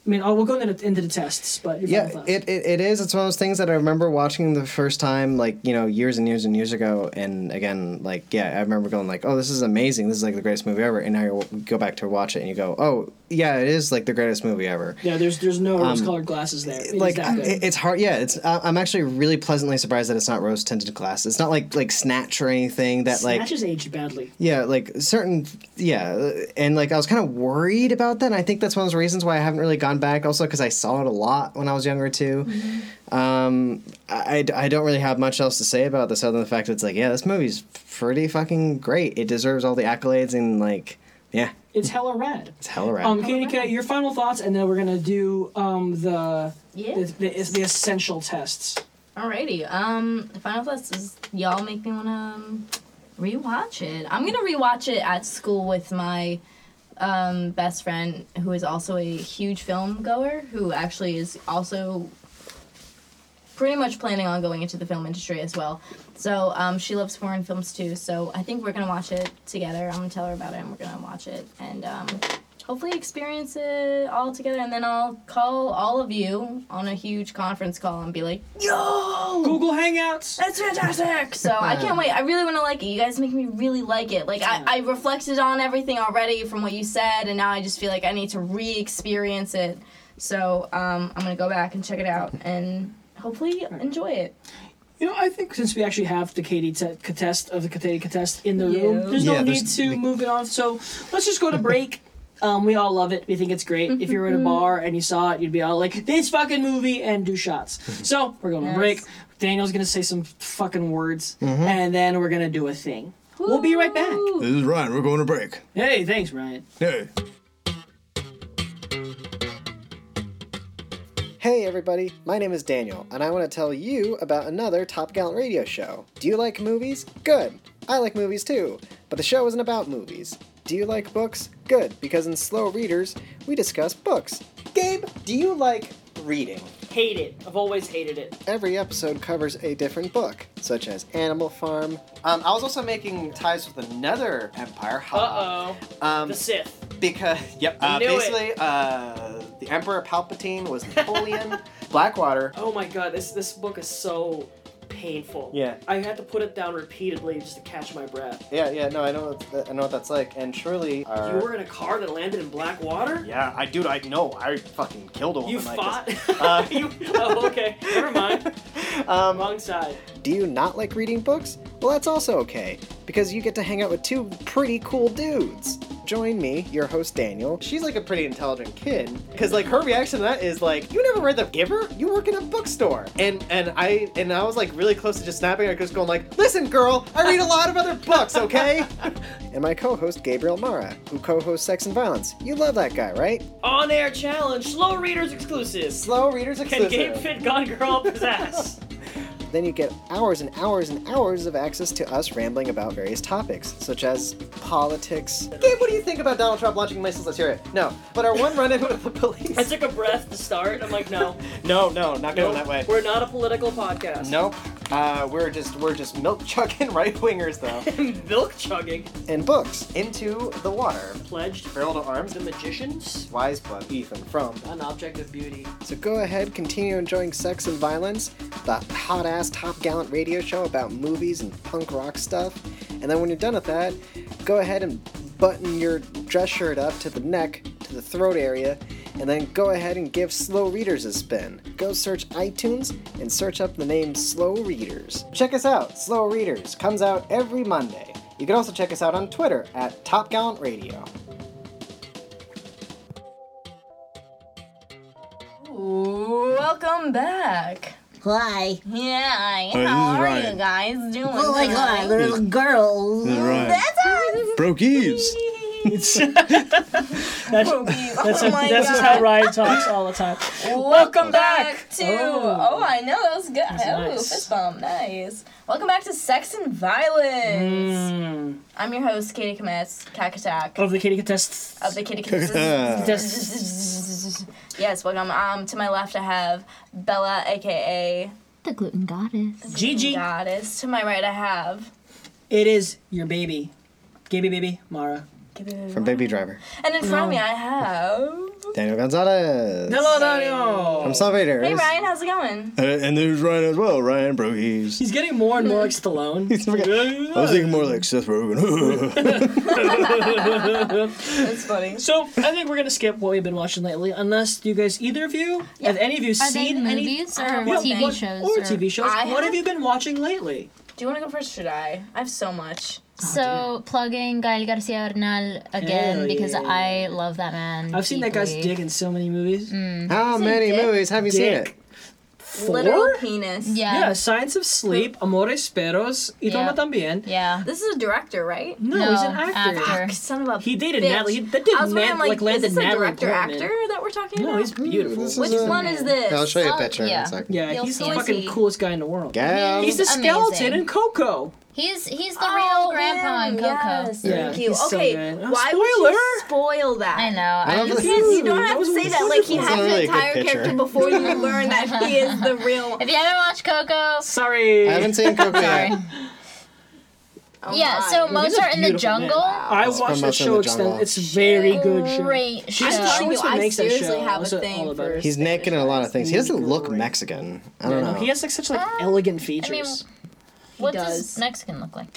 I mean, oh, we'll go into the, into the tests, but your final
Yeah,
thoughts.
it, it, it is. It's one of those things that I remember watching the first time, like, you know, years and years and years ago. And again, like, yeah, I remember going, like, oh, this is amazing. This is, like, the greatest movie ever. And now you go back to watch it and you go, oh, yeah, it is, like, the greatest movie ever.
yeah. There's there's no rose-colored glasses there. It is
like
that
I-
good.
it- it's hard yeah it's I- i'm actually really pleasantly surprised that it's not rose tinted glass it's not like like snatch or anything that like
Snatch is aged badly.
yeah like certain yeah and like i was kind of worried about that and i think that's one of those reasons why i haven't really gone back also because i saw it a lot when i was younger too um I, I don't really have much else to say about this other than the fact that it's like yeah this movie's pretty fucking great it deserves all the accolades and like yeah
It's hella rad.
it's hella rad.
Um, Katie, can I, your final thoughts, and then we're gonna do um the
Yeah.
the, the, the essential tests.
Alrighty. Um, Final Thoughts is y'all make me wanna um, rewatch it. I'm gonna rewatch it at school with my um, best friend, who is also a huge film goer, who actually is also pretty much planning on going into the film industry as well. So um, she loves foreign films too. So I think we're gonna watch it together. I'm gonna tell her about it, and we're gonna watch it and um, hopefully experience it all together. And then I'll call all of you on a huge conference call and be like, "Yo,
Google Hangouts.
that's fantastic!" So I can't wait. I really want to like it. You guys make me really like it. Like I, I reflected on everything already from what you said, and now I just feel like I need to re-experience it. So um, I'm gonna go back and check it out and hopefully enjoy it.
You know, I think since we actually have the Katie te- test of the Katie test in the room,
Yeah.
there's no
Yeah,
need
there's-
to
we-
move it on. So let's just go to break. Um, we all love it. We think it's great. If you were
Mm-hmm.
at a bar and you saw it, you'd be all like, "This fucking movie," and do shots.
Mm-hmm.
So we're going to
Yes.
break. Daniel's gonna say some fucking words,
Mm-hmm.
and then we're gonna do a thing. We'll be right back.
Woo!
This is Ryan. We're going to break.
Hey, thanks, Ryan.
Hey.
Hey everybody, my name is Daniel, and I want to tell you about another Top Gallant radio show. Do you like movies? Good. I like movies too, but the show isn't about movies. Do you like books? Good, because in Slow Readers, we discuss books. Gabe, do you like reading?
Hate it. I've always hated it.
Every episode covers a different book, such as Animal Farm. Um, I was also making ties with another empire.
Uh oh.
Um,
The Sith.
because yep, uh,
Knew it.
basically, uh, the Emperor Palpatine was Napoleon. Blackwater.
Oh my god, this this book is so painful.
Yeah.
I had to put it down repeatedly just to catch my breath.
Yeah, yeah, no, I know, what th- I know what that's like, and surely. Our...
You were in a car that landed in black water?
Yeah, I dude, I know, I fucking killed a woman
You
like
fought?
this. Uh,
you, oh, okay. Never mind.
Um,
Wrong side.
do you not like reading books? Well, that's also okay because you get to hang out with two pretty cool dudes. join me, your host Daniel. She's like a pretty intelligent kid because like her reaction to that is like, you never read The Giver? You work in a bookstore. And and I and I was like really close to just snapping her, just going like, listen, girl, I read a lot of other books, okay? and my co-host Gabriel Mara, who co-hosts Sex and Violence. You love that guy, right?
On air challenge, slow readers exclusive.
Slow readers
Can
exclusive.
Gabe fit Gone Girl up his ass?
Then you get hours and hours and hours of access to us rambling about various topics, such as politics. Gabe, what do you think about Donald Trump launching missiles? Let's hear it. No, but our one run-in with the police.
I took a breath to start. I'm like, no,
no, no, not
no,
going that way.
we're not a political podcast.
Nope. Uh, we're just we're just milk chugging right wingers though,
Milk chugging,
and books into the water.
pledged,
Feral to arms,
the magicians,
wise blood, Ethan from.
an object of beauty.
So go ahead, continue enjoying Sex and Violence, the hot ass Top Gallant radio show about movies and punk rock stuff. And then when you're done with that, go ahead and button your dress shirt up to the neck, to the throat area, and then go ahead and give Slow Readers a spin. Go search iTunes and search up the name Slow Readers. Check us out, Slow Readers comes out every Monday. You can also check us out on Twitter at Top Gallant Radio.
Welcome back.
Hi.
Yeah,
this
how
is
are
Ryan.
you guys doing?
Oh my god,
tonight?
little girls.
Right.
That's us.
Broke eaves.
That's, that's,
oh my
that's just how
god.
Ryan talks all the time.
Welcome back to.
Oh.
Oh. I know that was good. oh,
nice.
fist bump, nice. Welcome back to Sex and Violence.
Mm.
I'm your host, Katie Kametz, Cack Attack
Of the kitty contests.
of the Kitty Kametz.
Ah,
Contests.
yes, welcome. Um, to my left, I have Bella, aka
The gluten goddess.
Gigi.
Goddess. To my right, I have.
It is your baby. Gaby baby, Mara.
From Baby Driver,
And in front of me, I have.
Daniel Gonzalez.
Hello, Daniel.
I'm Slow Readers.
Hey Ryan, how's it going?
Uh, and there's Ryan as well. Ryan broke eaves.
He's getting more and more
Hmm.
like Stallone.
I was thinking more like Seth Rogen.
That's funny.
So I think we're gonna skip what we've been watching lately, unless you guys, either of you, have any of you
Are they
seen any
movies or
Uh,
Yeah,
TV
what-
shows?
or TV shows?
I
what have
have-
you been watching lately?
Do you want to go first? Or should I? I have so much.
So plugging Gael Garcia Bernal again
Hell
because
yeah.
I love that man.
I've seen that guy's
deeply.
dick in so many movies.
Mm.
How
Say
many
dick.
movies have you seen
Dick.
it?
Four?
Literal penis.
Yeah.
Yeah, Science of Sleep, Amores Perros, y Toma
Yeah.
También.
Yeah.
This is a director, right?
No, he's an
No,
actor.
actor.
Son of a
Mm. He dated
bitch.
Natalie- he- that did
I was
Nat-
wondering,
like,
like,
landed
is this a
Natalie
director
Portman.
actor that we're talking
No,
about?
he's beautiful.
Mm, this is
Which
a-
one is this?
I'll show you a
Oh,
picture
yeah.
in a second.
Yeah,
You'll
he's the
see.
fucking coolest guy in the world.
Gal.
He's the
Amazing.
skeleton in Coco.
He's he's the
Oh,
real grandpa in
him,
Coco.
Yes.
Yeah.
Thank you.
He's so
okay,
good.
why would you
Spoiler!
spoil that?
I know.
I
I
love
just,
this.
Yes, you don't
Ooh,
have
that
to say
was
that. Like he
wonderful.
has
It's a
an
really good
entire
picture.
character before you learn that he is the real.
if you haven't watched Coco,
Sorry.
I haven't seen Coco
sorry.
yet.
Oh
yeah.
my.
So
He's a
Mozart in the
beautiful man.
Jungle.
I watched that
Mozart in
show
the
extended.
Jungle.
It's very good show.
Great show.
I'm
Just
telling
show us
you,
what
I
makes that
seriously
show.
have a
What's it
thing
all about?
for-
He's naked in a lot of things. He doesn't look
Great.
Mexican. I
I
don't
don't
know.
know. He has like such like elegant features.
what
does.
does Mexican look like?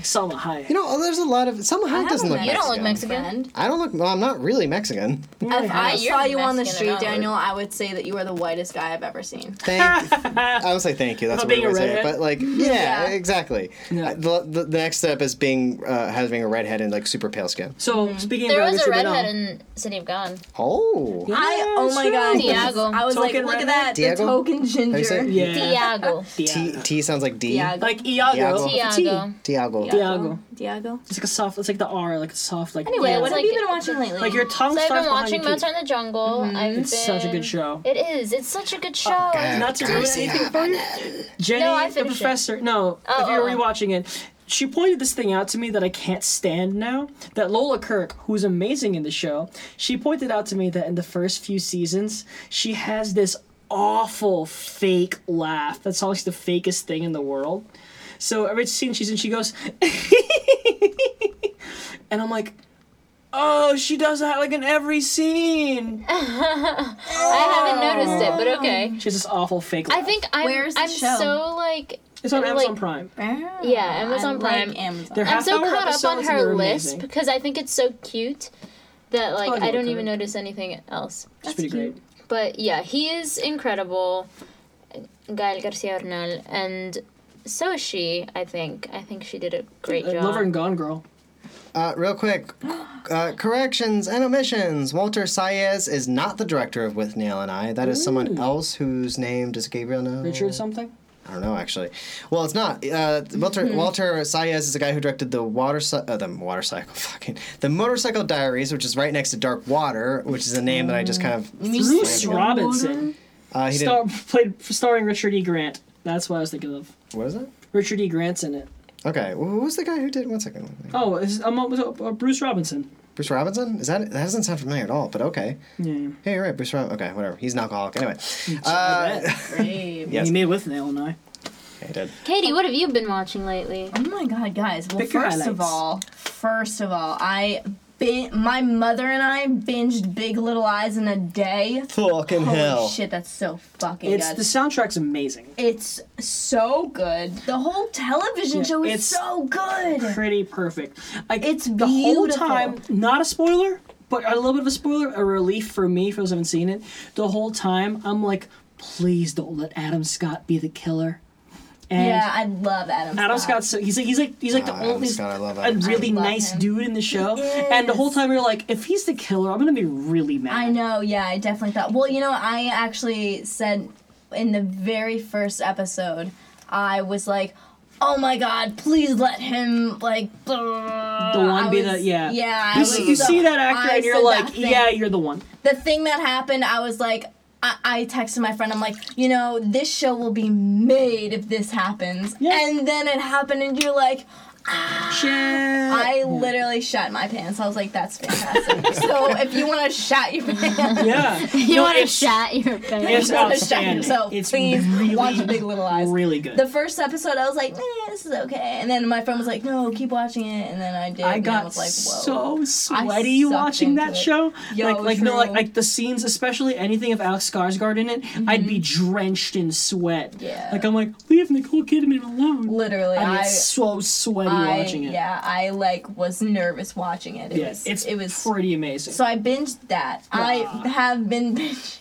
Salma Hayek.
You know, there's a lot of. Selma Hayek
have
doesn't
a
look
You
Mexican.
don't look Mexican.
friend.
I don't look. Well, I'm not really Mexican.
If I
You're
saw you on the
Mexican
street,
at all.
Daniel, I would say that you are the whitest guy I've ever seen.
Thank. I would say thank you. That's
About
what we
being a
would say. it,
redhead?
But like, yeah,
Yeah.
exactly.
Yeah.
Uh, The, the, the next step is being uh, having a redhead and like super pale skin.
So speaking
Mm-hmm. There
of
was a
Gabriel Bernal-
redhead in City of God.
Oh.
I oh my god,
Diego.
yes. I was
Token
like, look
redhead?
at that,
Diego?
the token ginger.
you say-
yeah.
Diago.
T,
Diago.
T sounds like D.
Diago.
Like Iago.
Diago.
It's a T.
Diago.
Diago.
Diago.
Diago.
It's like a soft. It's like the R. Like a soft. Like
Anyway,
yeah.
what
What
It's
have
like-
you been watching lately? Mm-hmm.
like your tongue
So I've
starts
been
behind your
watching
teeth.
Mozart in the Jungle. I've
It's such a
been-
good show.
It is. It's such a
Oh,
good show.
Not to ruin anything for you, Jenny,
No, I
the
finished it.
professor. No,
Oh,
if you're
oh, oh.
rewatching it, she pointed this thing out to me that I can't stand now. That Lola Kirk, who's amazing in the show, she pointed out to me that in the first few seasons, she has this awful fake laugh. That's always the fakest thing in the world. So every scene she's in, she goes, and I'm like. Oh, she does that like in every scene.
I haven't noticed it, but okay.
She has this awful fake. Laugh.
I think I'm,
Oh. Where's the
I'm
show? Oh,
so like
it's on
like-
Amazon Prime.
Yeah, Amazon
I
Prime.
Like Amazon.
They're
I'm so
half-hour
caught up on
episodes and they're
her list
amazing.
because I think it's so cute that like
Oh, you
I don't
look
even
great.
notice anything else.
It's pretty great.
But yeah, he is incredible, Gael Garcia Bernal, and so is she. I think. I think she did a great
I
job.
love her and Uh, Gone Girl.
Uh, real quick, uh, corrections and omissions. Walter Saez is not the director of With Nail and I. That is someone else whose name does Gabriel know?
Richard something?
I don't know actually. Well, it's not. Uh, Walter
Hmm.
Walter Saez is the guy who directed the water Cy- uh, the motorcycle fucking the motorcycle diaries, which is right next to Dark Water, which is a name that I just kind of
Bruce Robinson.
uh, he did,
Star, played starring Richard E. Grant. That's what I was thinking of.
what is it?
Richard E. Grant's in it.
Okay, well, who was the guy who did one second?
Oh, is, um, uh, Bruce Robinson.
Bruce Robinson? Is that that doesn't sound familiar at all? But okay,
Yeah.
hey, you're right, Bruce Robinson. Okay, whatever. He's an alcoholic anyway.
I
Uh,
bet.
Brave.
yes.
He made with Nail and I.
Yeah, he did.
Katie, what have you been watching lately?
Oh my god, guys. Well,
Pick your
first of
highlights.
all, first of all, I bin- my mother and I binged Big Little Eyes in a day.
Fucking
Holy
hell.
shit, that's so fucking
It's
good.
the soundtrack's amazing.
it's so good. The whole television
Yeah,
show is
it's-
so good.
Pretty perfect. Like
It's
the whole
beautiful.
time. Not a spoiler, but a little bit of a spoiler, a relief for me for those who haven't seen it. The whole time, I'm like, please don't let Adam Scott be the killer. And
Yeah, I love Adam.
Adam
Scott.
Scott's so he's like he's like he's like the
Ah, Adam
only he's
Scott, I love
a
Adam Scott.
really
I love
nice
him.
dude in the show. And the whole
is.
time you're like, if he's the killer, I'm gonna be really mad.
I know. Yeah, I definitely thought. Well, you know, I actually said in the very first episode, I was like, "Oh my God, please let him like." The
one
one
be the- yeah.
Yeah. I
You,
was
see, you
so-
see that actor
I
and you're
said
like,
that thing.
yeah, you're the one.
The thing that happened, I was like. I, I texted my friend. I'm like, you know, this show will be made if this happens.
Yeah.
And then it happened, and you're like,
Shit.
I literally shot my pants. I was like, that's fantastic. so if you want to shot your pants,
yeah.
You
No,
want to
it's-
chat your
It's
face.
you want to shot
outstanding.
yourself,
It's
please
really,
watch Big Little Eyes.
really good.
The first episode, I was like, eh, this is okay. And then my friend was like, no, keep watching it. And then I did.
I
and
got
I was like, whoa.
so sweaty
sucked
watching
into
that
it.
show.
Yo,
like, like no, like,
true.
like the scenes, especially anything of Alex Skarsgård in it, I'd be drenched in sweat.
Mm-hmm. Yeah.
Like I'm like, leave Nicole Kidman alone.
Literally,
I
I,
get so sweaty
I,
watching it.
yeah, I like was nervous watching it. It
Yeah,
was,
it's
it was
pretty amazing.
So I binged that. I
Yeah.
have been binging.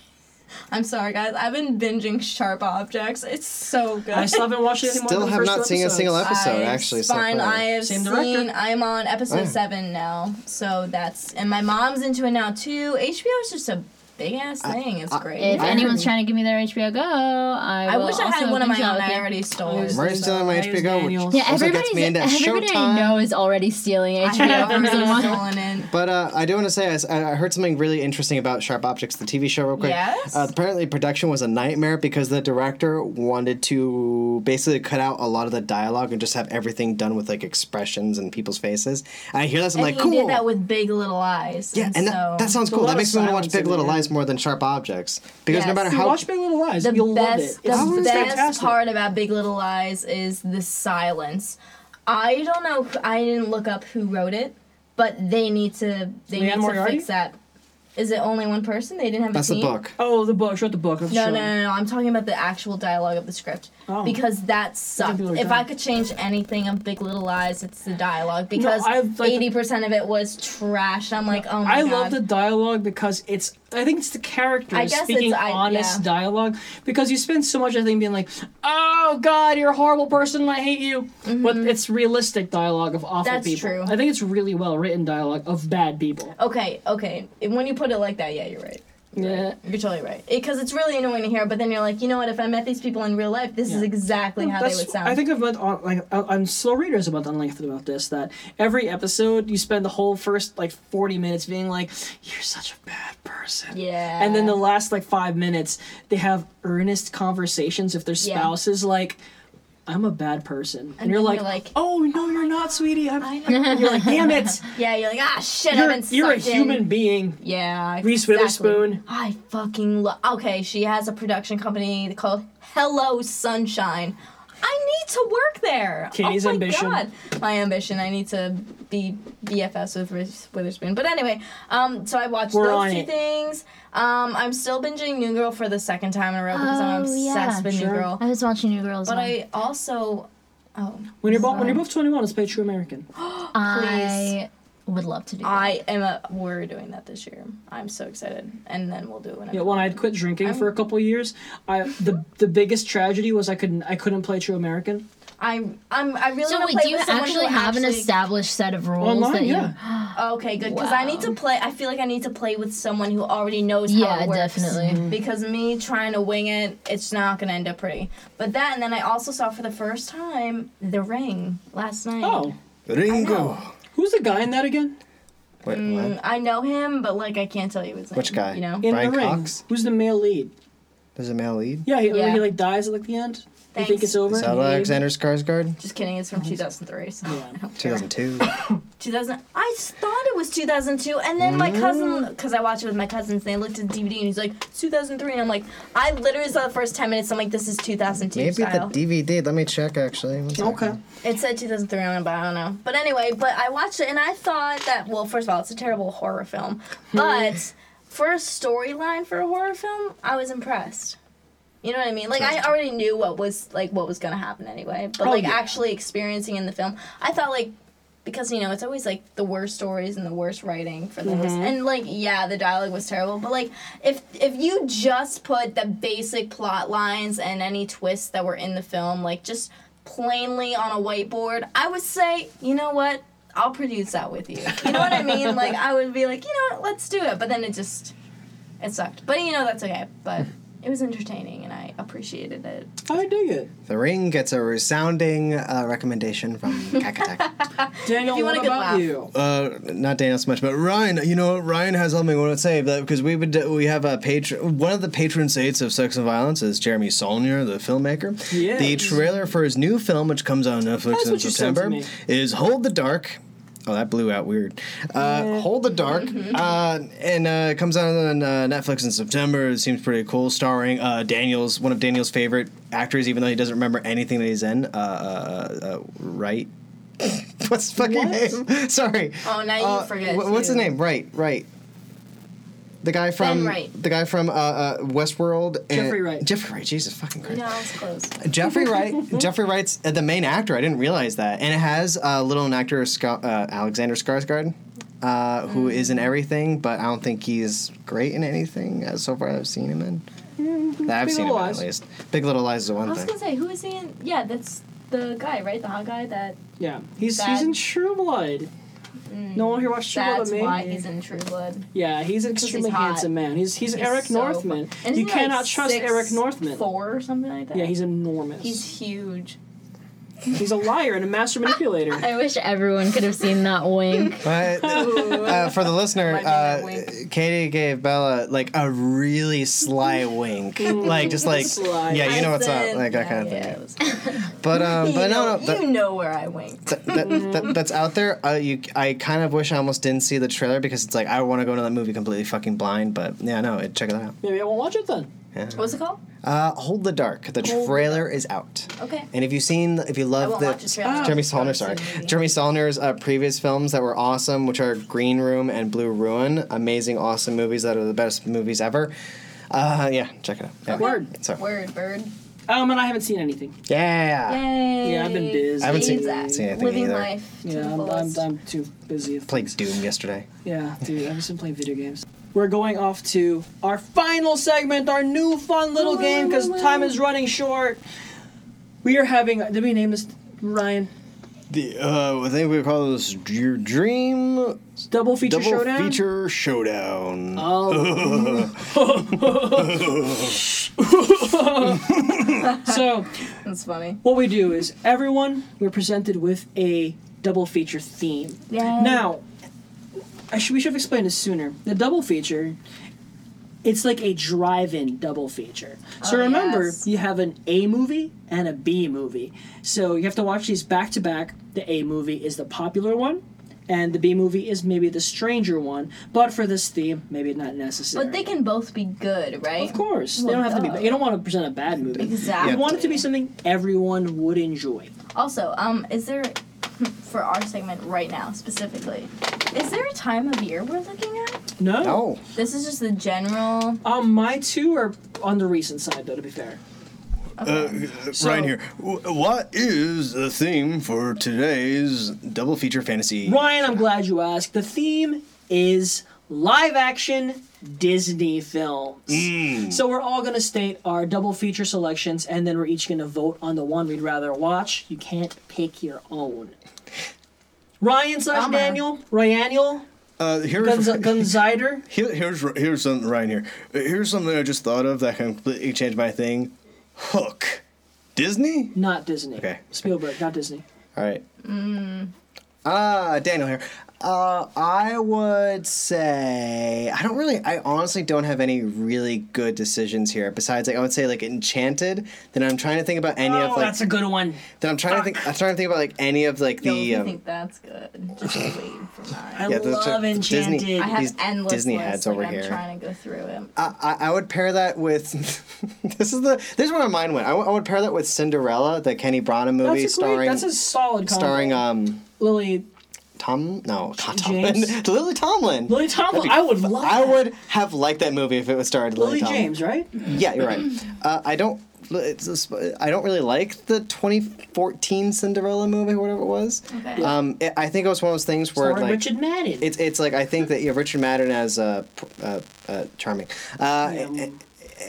I'm sorry, guys. I've been binging Sharp Objects. It's so good.
I still haven't watched anything.
Still have not seen a single episode
I've
actually. so
Fine,
far.
I have
Same director.
seen. I'm on episode
Oh.
seven now, so that's and my mom's into it now too. HBO is just a big ass thing. It's great.
If
I,
anyone's trying to give me their HBO Go, I will
wish I had
also
one of my
binge out
own.
with
I
you.
already stole it.
Murray's still on my
Myers
HBO, which
Daniels.
Yeah,
also gets
everybody's,
me into
everybody
Showtime.
I know is already stealing
I have
HBO from
already
someone.
stolen it.
But uh, I do want to say I s- I, I heard something really interesting about Sharp Objects, the TV show, real quick.
Yes?
Uh, apparently, production was a nightmare because the director wanted to basically cut out a lot of the dialogue and just have everything done with like expressions and people's faces. And I hear this, I'm
And
like,
he
cool.
did that with Big Little Eyes.
yeah, and that, that sounds cool.
lot
That
of
makes me want to watch
silence in
Big Little
there.
Lies more than Sharp Objects because no
Yes.
matter
You
how
Watch Big Little Lies.
the
You'll
best,
love it. It's
the best
fantastic.
part about Big Little Lies is the silence. I don't know. who- I didn't look up who wrote it, but they need to. They
Leanne
need to
Moriarty?
fix that. Is it only one person? They didn't have
that's
a
the
team.
book.
Oh, the book. She wrote the book. I'm
No,
sure.
no, no, no. I'm talking about the actual dialogue of the script
Oh.
because that sucked.
people are
If
dumb.
I could change anything of Big Little Lies, it's the dialogue because
I've, like-
eighty percent of it was trash. I'm like, oh my
I
god.
love the dialogue because it's. I think it's the characters
I guess
speaking
it's- I-
honest
yeah.
dialogue because you spend so much I think being like, "Oh God, you're a horrible person. and I hate you," but it's realistic dialogue of awful
Mm-hmm. That's
people.
true.
I think it's really well written dialogue of bad people.
Okay, okay. When you put it like that, yeah, you're right.
Yeah.
You're totally right. Because it's really annoying to hear, but then you're like, you know what? If I met these people in real life, this is
Yeah.
exactly how they
That's-
would sound.
I think I've went on like I- I'm slow readers about on length about this that every episode you spend the whole first like 40 minutes being like you're such a bad person.
Yeah.
And then the last like 5 minutes they have earnest conversations with their
Yeah.
spouses like I'm a bad person. And, you're,
then
like,
you're like,
"Oh no, you're not, sweetie. I'm,
I know.
and you're like, "Damn it.
yeah, you're like, ah, shit, I've
You're,
been
you're a
sucked in."
human being."
Yeah.
Reese Witherspoon.
I fucking love. Okay, she has a production company called Hello Sunshine. I need to work there.
Katie's
oh my
ambition.
God. My ambition. I need to be BFS with Reese Witherspoon. But anyway, um, so I watched
We're on
those two
it.
things. Um, I'm still binging New Girl for the second time in a row because I'm
Oh,
obsessed
yeah,
with
sure.
New Girl.
I was watching New Girls.
But
one.
I also, oh,
When you're both when you're both 21, let's play true American.
I would love to do that.
I am a. We're doing that this year. I'm so excited, and then we'll do it whenever.
Yeah, when I'd quit drinking for a couple years, I the the biggest tragedy was I couldn't I couldn't play True American.
I I'm I really
So
want
wait,
to play
do you
with someone
actually
who
have an
actually-
established set of rules that
Online,
you?
yeah.
Okay, good. Because I need to play. I feel like I need to play with someone who already knows how
Yeah,
it works.
definitely. Mhm.
Because me trying to wing it, it's not gonna end up pretty. But that, and then I also saw for the first time The Ring last night.
Oh,
Ringo.
who's the guy in that again?
Wait,
Mm,
what?
I know him, but like I can't tell you his name.
Which guy?
You know.
In
Brian
the ring.
Cox?
Who's the male lead?
There's a male lead.
Yeah, he,
Yeah.
he like dies at like the end. You think
Thanks.
it's over?
Is that Alexander Skarsgård?
Just kidding. It's from 2003. So.
Yeah.
2002.
2000. I s- thought it was 2002, and then my cousin, because I watched it with my cousins, they looked at the DVD and he's like, "It's 2003, and I'm like, I literally saw the first 10 minutes. I'm like, this is 2002
Maybe
style.
the DVD. Let me check actually. One second.
Okay.
It said 2003 on it, but I don't know. But anyway, but I watched it and I thought that, well, first of all, it's a terrible horror film. But for a storyline for a horror film, I was impressed. You know what I mean? Like I already knew what was like what was gonna happen anyway, but
Oh,
like
yeah.
actually experiencing in the film, I thought like because you know it's always like the worst stories and the worst writing for the
Mm-hmm.
worst, and like yeah the dialogue was terrible, but like if if you just put the basic plot lines and any twists that were in the film like just plainly on a whiteboard, I would say you know what I'll produce that with you. You know what I mean? Like I would be like you know what let's do it, but then it just it sucked. But you know that's okay. But it was entertaining and I appreciated it.
I dig it.
The Ring gets a resounding uh, recommendation from Kakatak.
Daniel,
you want
what
a good
about
laugh.
you?
Uh, not Daniel so much, but Ryan. You know, what? Ryan has something I want to say but- because we would we have a patron. One of the patron saints of sex and violence is Jeremy Saulnier, the filmmaker.
Yes.
The trailer for his new film, which comes out on Netflix
That's
in
what you sent to
September,
me.
is Hold the Dark. Oh, that blew out weird. Uh, Hold the Dark,
Mm-hmm.
uh, and uh, it comes out on uh, Netflix in September. It seems pretty cool, starring uh, Daniel's one of Daniel's favorite actors, even though he doesn't remember anything that he's in. Uh, uh, uh, right. What's his fucking name? Sorry.
Oh, now you
Uh,
forget.
wh- what's
too.
his name? Right, right. The guy from
Wright.
the guy from uh, uh, Westworld. and-
Jeffrey Wright.
Jeffrey Wright. Jesus fucking Christ.
No, I was close.
Jeffrey Wright. Jeffrey Wright's uh, the main actor. I didn't realize that. And it has uh, little known actor Scar- uh, Alexander Skarsgård, uh, who
Mm.
is in everything, but I don't think he's great in anything uh, so far. I've seen him in. That
Mm,
I've
Big
seen him
Little
in, at
Lies.
least. Big Little Lies is
I
one
was
thing.
gonna say, who is he in? Yeah, that's the guy, right? The hot guy that.
Yeah, he's he's
That-
in True Blood. no one here watched True Blood
Mm. That's
but me.
why he's in True Blood.
yeah, he's an extremely
hot.
handsome man. He's he's, Eric
so
Northman.
fu- and
you
isn't he, like,
cannot trust
six,
Eric Northman.
Four or something like that.
Yeah, he's enormous. He's,
He's huge.
a liar and a master manipulator.
I wish everyone could have seen that wink.
But uh, for the listener,
Might be
uh,
that wink.
Katie gave Bella like a really sly wink, like just like
Sly.
yeah, you know what's
That's
up,
it.
like that
Yeah,
kind of
yeah, it
thing.
was-
But um, but
you
no,
know,
no, that,
you know where I winked.
that, that, that- that's out there. Uh, you, I kind of wish I almost didn't see the trailer because it's like I want to go to that movie completely fucking blind. But yeah, no, it, check it out.
Maybe I won't watch it then.
What's it called?
Uh, Hold the Dark. The trailer is out.
Okay.
And if you've seen, if you
I
love
won't
the
watch the trailer.
Jeremy Solner, sorry, Jeremy Solner's uh, previous films that were awesome, which are Green Room and Blue Ruin, amazing, awesome movies that are the best movies ever. Uh, yeah, check it out. Yeah.
Word.
So,
Word, bird.
Um, and I haven't seen anything.
yeah.
Yay.
Yeah, I've been busy.
I haven't seen,
Exact.
seen anything
Living
either.
life. to the
Yeah, I'm, I'm,
fullest.
I'm too busy. with
Played Doom yesterday.
Yeah, dude, I've just been playing video games. We're going off to our final segment, our new fun little game, because time is running short. We are having. Did we name this Ryan?
The, uh, I think we call this your dream
Double feature
double
showdown.
feature showdown.
Oh. so
That's funny.
what we do is everyone we're presented with a double feature theme.
Yeah.
Now, I should, we should have explained this sooner. The double feature, it's like a drive-in double feature. So
Oh,
remember,
yes.
you have an A movie and a B movie. So you have to watch these back to back. The A movie is the popular one. And the B movie is maybe the stranger one, but for this theme, maybe not necessary.
But they can both be good, right?
Of course, they don't have to be.
duh.
ba- You don't want to present a bad movie.
Exactly.
You want it to be something everyone would enjoy.
Also, um, is there for our segment right now specifically? Is there a time of year we're looking at?
No.
Oh,
This is just the general.
Um, my two are on the recent side, though. To be fair.
Ryan here. Wh- What is the theme for today's double feature fantasy?
Ryan, I'm glad you asked. The theme is live action Disney films.
Mm.
So we're all going to state our double feature selections and then we're each going to vote on the one we'd rather watch. You can't pick your own. Ryan slash Daniel, Ryanniel,
Uh, here's,
Gunz- Gunzider.
here, here's here's something right here. Uh, Here's something I just thought of that can completely change my thing. Hook, Disney.
Not Disney.
Okay.
Spielberg, not Disney.
All right. Uh, Mm. Daniel here. Uh, I would say I don't really. I honestly don't have any really good decisions here. Besides, like I would say, like Enchanted. Then I'm trying to think about any of
Oh,
like.
that's a good one.
then I'm trying to think. I'm trying to think about like any of like
Yo, if
the.
you
Um,
think that's good, just wait for
I
mine.
yeah, the-
love
the Disney-
Enchanted.
I
these
have endless
Disney
lists,
heads
like,
over
I'm
here.
trying to go through it.
I, I I would pair that with. this is the this is where my mind went. I would- I would pair that with Cinderella, the Kenny Branagh movie
that's a great,
starring
that's a solid combo.
starring um
Lily
Tom no not Tomlin
James?
Lily Tomlin.
Lily Tomlin. I would love.
I
that.
would have liked that movie if it was starred Lily,
Lily
Tomlin.
James, right?
Yeah, you're right. Uh, I don't. It's a sp- I don't really like the 2014 Cinderella movie, whatever it was.
Okay.
Um, it, I think it was one of those things where
Starring
like
Richard Madden.
it's it's like I think that yeah, Richard Madden as uh, pr- uh, uh charming, uh,
Yeah.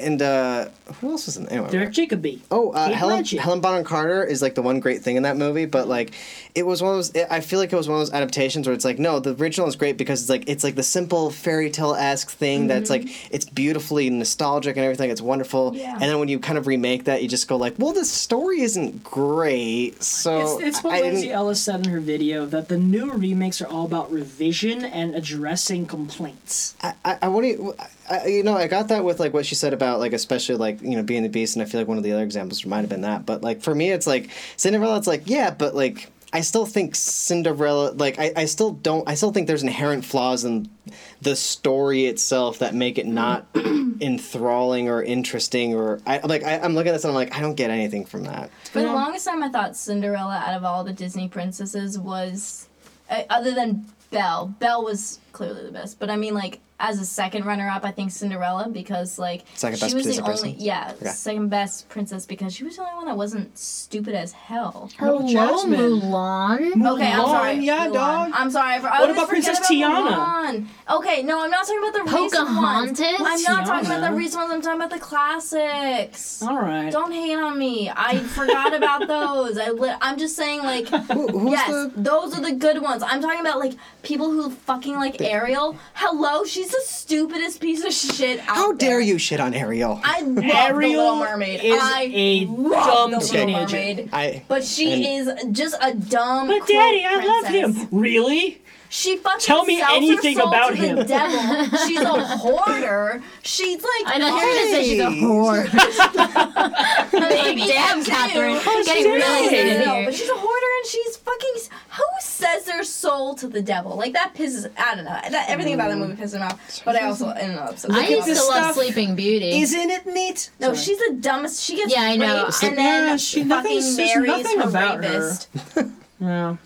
and uh, who else was in there? Anyway,
Um, Derek Jacobi.
Oh, uh,
Kate
Helen,
Blanchett.
Helen Bonham Carter is like the one great thing in that movie, but like, it was one of those. It, I feel like it was one of those adaptations where it's like, no, the original is great because it's like it's like the simple fairy tale esque thing that's
Mm-hmm.
like it's beautifully nostalgic and everything. It's wonderful,
Yeah.
and then when you kind of remake that, you just go like, well, the story isn't great, so
It's, it's what
uh, I- I didn't-
Lindsay Ellis said in her video that the new remakes are all about revision and addressing complaints.
I, I, I what do you, I, I- you know, I got that with like what she said about like especially like you know being the beast, and I feel like one of the other examples might have been that. But like for me, it's like Cinderella. It's like yeah, but like I still think Cinderella. Like I, I still don't. I still think there's inherent flaws in the story itself that make it not enthralling or interesting. Or I I'm like I, I'm looking at this and I'm like I don't get anything from that.
For the longest time, I thought Cinderella, out of all the Disney princesses, was uh, other than Belle. Belle was clearly the best, but I mean, like as a second runner-up, I think Cinderella because like
Second
she
best
was the
Disney princess?
only yeah
Okay.
second best princess because she was the only one that wasn't stupid as hell.
Hello, Jasmine.
Mulan.
Okay, I'm sorry.
Mulan, yeah,
Mulan.
dog.
I'm sorry. For, I
What
always
about
forget
Princess
about Mulan. Okay, no, I'm not talking about the recent
Pocahontas?
ones. I'm not talking about
Tiana.
the recent ones. I'm talking about the classics.
All right.
Don't hate on me. I forgot about those. I li- I'm just saying, like, yes, those are the good ones. I'm talking about like people who fucking like Ariel. Hello, she's the stupidest piece of shit out
How
there.
dare you shit on Ariel?
I love the
Ariel
Little Mermaid.
is
I
a dumb
love the Little
teenager.
Mermaid.
I-
but she is just a dumb.
But
cruel
Daddy, I love
princess.
him. Really?
She fucking
Tell me
sells her
anything
soul
about
to
him.
The devil. She's a hoarder. She's like
I know you're gonna say she's a
Hey.
whore.
big
Damn, Catherine. getting
she's
really
serious.
hated
Oh, No,
here.
but she's a hoarder and she's fucking. Who says their soul to the devil? Like that pisses. I don't know. That, everything about that
Mm.
movie pisses me off. But I also ended up. So
I used to
this
love
stuff.
Sleeping Beauty.
Isn't it neat?
no, she's the dumbest. She gets
Yeah, I know.
raped
It's
like,
and then
yeah, she-
fucking
nothing's- there's
marries
nothing
her
about her.
rapist.
Yeah.